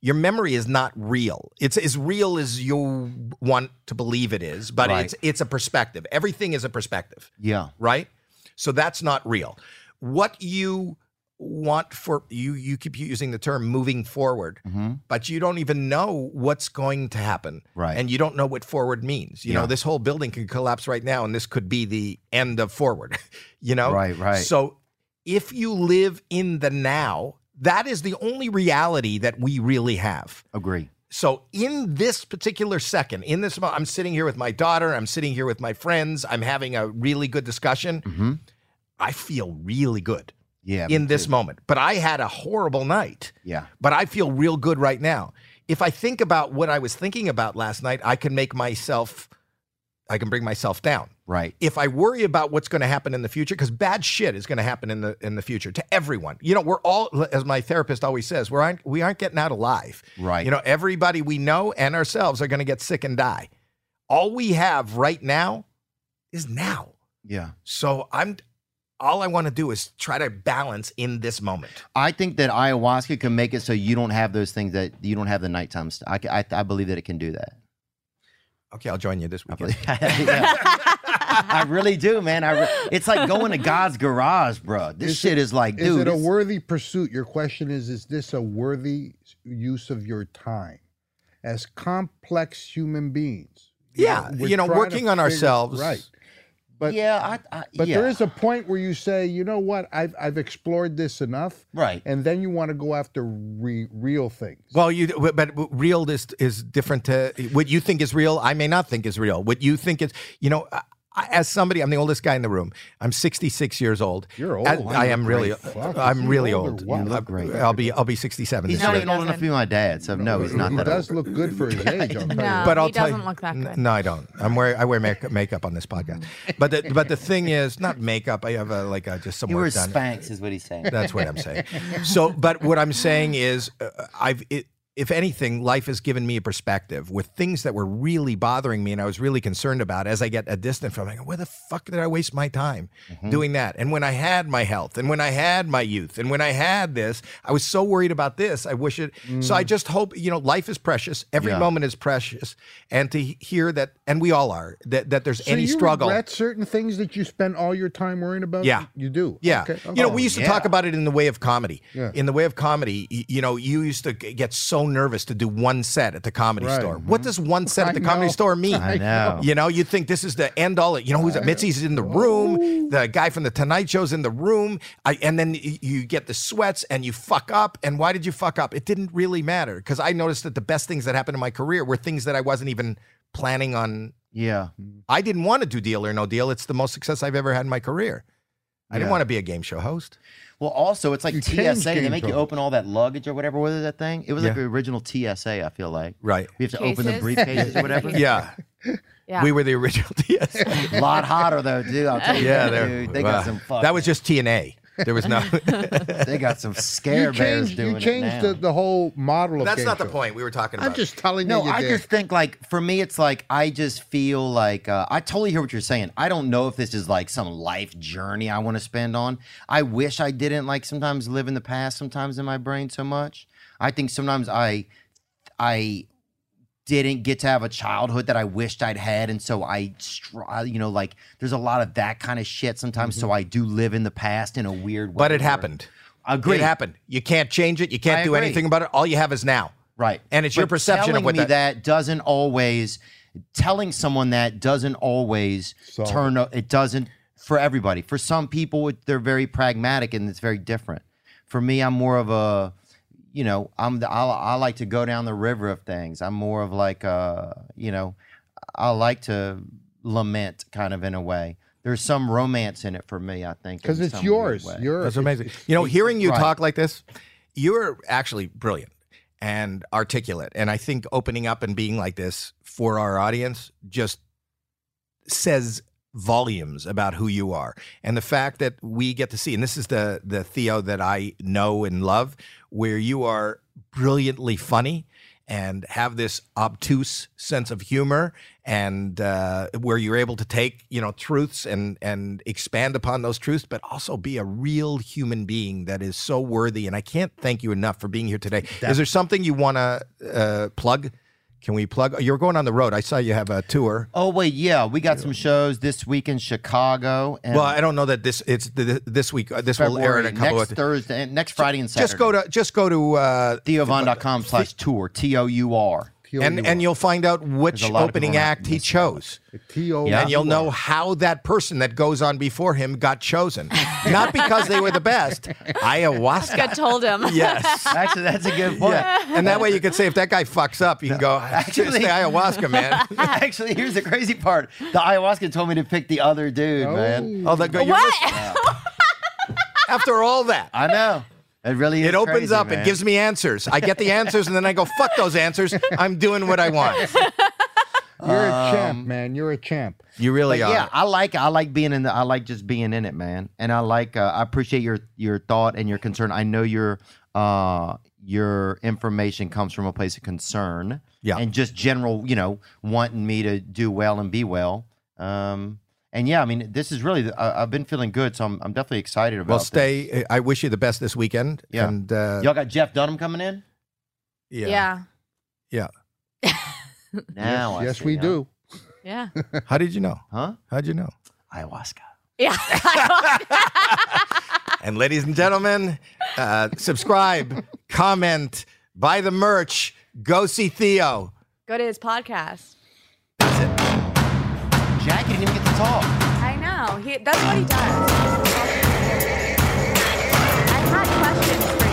Your memory is not real. It's as real as you want to believe it is, but Right. it's it's a perspective. Everything is a perspective Yeah. right? So that's not real. What you want for you you keep using the term moving forward, Mhm. but you don't even know what's going to happen. Right. And you don't know what forward means. You Yeah. know, this whole building could collapse right now and this could be the end of forward. you know? Right. Right. So if you live in the now, that is the only reality that we really have. Agree. So in this particular second, in this moment, I'm sitting here with my daughter, I'm sitting here with my friends, I'm having a really good discussion. Mm-hmm. I feel really good Yeah. me in this too. moment. But I had a horrible night, Yeah. but I feel real good right now. If I think about what I was thinking about last night, I can make myself I can bring myself down. Right. If I worry about what's going to happen in the future cuz bad shit is going to happen in the in the future to everyone. You know, we're all as my therapist always says, we're aren't, we aren't getting out alive. Right. You know, everybody we know and ourselves are going to get sick and die. All we have right now is now. Yeah. So I'm all I want to do is try to balance in this moment. I think that ayahuasca can make it so you don't have those things that you don't have the nighttime stuff. I, ca- I, I believe that it can do that. Okay, I'll join you this I, weekend. believe, Yeah. I really do, man. I re- it's like going to God's garage, bro. This Is shit it- is like, is dude. it a it's- worthy pursuit? Your question is: Is this a worthy s- use of your time? As complex human beings, you Yeah, we're you know, trying to working on figure- ourselves. right? But yeah, I, I, but yeah. there is a point where you say, you know what, I've I've explored this enough, right. and then you want to go after re- real things. Well, you but real is is different to what you think is real. I may not think is real. What you think is, you know, I, I- as somebody, I'm the oldest guy in the room. I'm 66 years old. You're old. I, You I am look really, great. Fuck, I'm you're really older. old. Wow. You look I'll- great. I'll be I'll be 67. He's this No, not year. he even old enough to doesn't. be my dad, so no, he's not he that does old. look good for his age. I'll tell you No. that. but I'll he tell doesn't you, look that N- good. No, I don't. I'm wearing I wear make, makeup on this podcast. But the, but the thing is, not makeup. I have a, like a, just some You were work done. Spanx, is what he's saying. That's what I'm saying. So, but what I'm saying is, uh, I've it, if anything, life has given me a perspective with things that were really bothering me and I was really concerned about. As I get a distance from, it, I go, where the fuck did I waste my time Mm-hmm. doing that? And when I had my health, and when I had my youth, and when I had this, I was so worried about this. I wish it. So Mm. I just hope you know, life is precious. Every Yeah. moment is precious, and to he- hear that, and we all are that that there's So any you struggle. regret certain things that you spend all your time worrying about? Yeah. you do. Yeah. Okay. You know, Oh, we used to yeah. talk about it in the way of comedy. Yeah. In the way of comedy, y- you know, you used to g- get so nervous to do one set at the comedy Right. store. What does one set at the I comedy know. store mean? I know. You know, you think this is the end all. You know, who's it? Mitzi's in the room. The guy from the Tonight Show's in the room. I, and then y- you get the sweats and you fuck up. And why did you fuck up? It didn't really matter because I noticed that the best things that happened in my career were things that I wasn't even planning on Yeah. I didn't want to do Deal or No Deal. It's the most success I've ever had in my career. I didn't Yeah. want to be a game show host. Well, also, it's like You TSA. changed They game make you pro. open all that luggage or whatever. What is that thing? It was like Yeah. the original TSA. I feel like Right. we have to open the Cases? briefcases or whatever. Yeah. Yeah. We were the original TSA. A lot hotter though, dude. I'll tell you yeah, yeah, there. dude. They wow. got some. Fucking, That was just TNA. There was no. They got some You scare bears changed, doing you it changed now. the, the whole model of That's game not the show. point we were talking about. I'm just telling no, you. you I did. just think like for me, it's like I just feel like uh, I totally hear what you're saying. I don't know if this is like some life journey I want to spend on. I wish I didn't like sometimes live in the past, sometimes in my brain so much. I think sometimes I, I didn't get to have a childhood that I wished I'd had, and so I, str- I- you know, like there's a lot of that kind of shit sometimes. So I do live in the past in a weird way. Mm-hmm. but it where- happened. Agreed. It happened. You can't change it. You can't I do agree. anything about it. All you have is now. Right. And it's your But perception of telling what me that- that, doesn't always telling someone that doesn't always Solve turn o- it doesn't for everybody. For some people it- they're very pragmatic and it's very different. For me I'm more of a you know, I'm the, I, I like to go down the river of things. I'm more of like uh, you know, I like to lament kind of in a way. There's some romance in it for me, I think. in because it's some weird yours. way. Yours. That's amazing. You know, hearing you Right. talk like this, you're actually brilliant and articulate. And I think opening up and being like this for our audience just says volumes about who you are. And the fact that we get to see, and this is the the Theo that I know and love, where you are brilliantly funny and have this obtuse sense of humor and uh, where you're able to take you know truths and and expand upon those truths but also be a real human being that is so worthy and i can't thank you enough for being here today Is there something you want to uh, plug can we plug you're going on the road i saw you have a tour Oh wait, yeah, we got some shows this week in Chicago. And well i don't know that this it's th- this week uh, this will air in February, a couple next of Thursday, and next Friday and Saturday. just go to just go to uh, theovon.com slash tour, T-O-U-R. and and you'll find out which There's a lot of opening people around act he this chose T O. Yeah. and you'll know how that person that goes on before him got chosen. Not because they were the best, ayahuasca. I told him. Yes. Actually, that's a good point. And that way you could say, if that guy fucks up, you can go, actually, Actually- the ayahuasca, man. Actually, here's the crazy part. The ayahuasca told me to pick the other dude, man. Oh, that go, you're What? just- After all that, I know. It really is it opens Ah, crazy, up, man. it gives me answers. I get the answers, and then I go, fuck those answers. I'm doing what I want. You're Oh. a champ, man. You're a champ. You really But are. yeah, I like I like being in the I like just being in it, man. And I like uh, I appreciate your your thought and your concern. I know your uh your information comes from a place of concern. Yeah. And just general, you know, wanting me to do well and be well. Um And yeah, I mean, this is really, the, I I've been feeling good, so I'm, I'm definitely excited about Well, this. stay. I wish you the best this weekend. Yeah. And uh, Y'all got Jeff Dunham coming in? yeah. Now, yes, Oh, I yes, see, we huh? do. Yeah. How did you know? Huh? How'd you know? Ayahuasca. Yeah. And ladies and gentlemen, uh, subscribe, comment, buy the merch, go see Theo. Go to his podcast. Jackie didn't even get to talk. I Mm. know. He that's what he does. I had questions for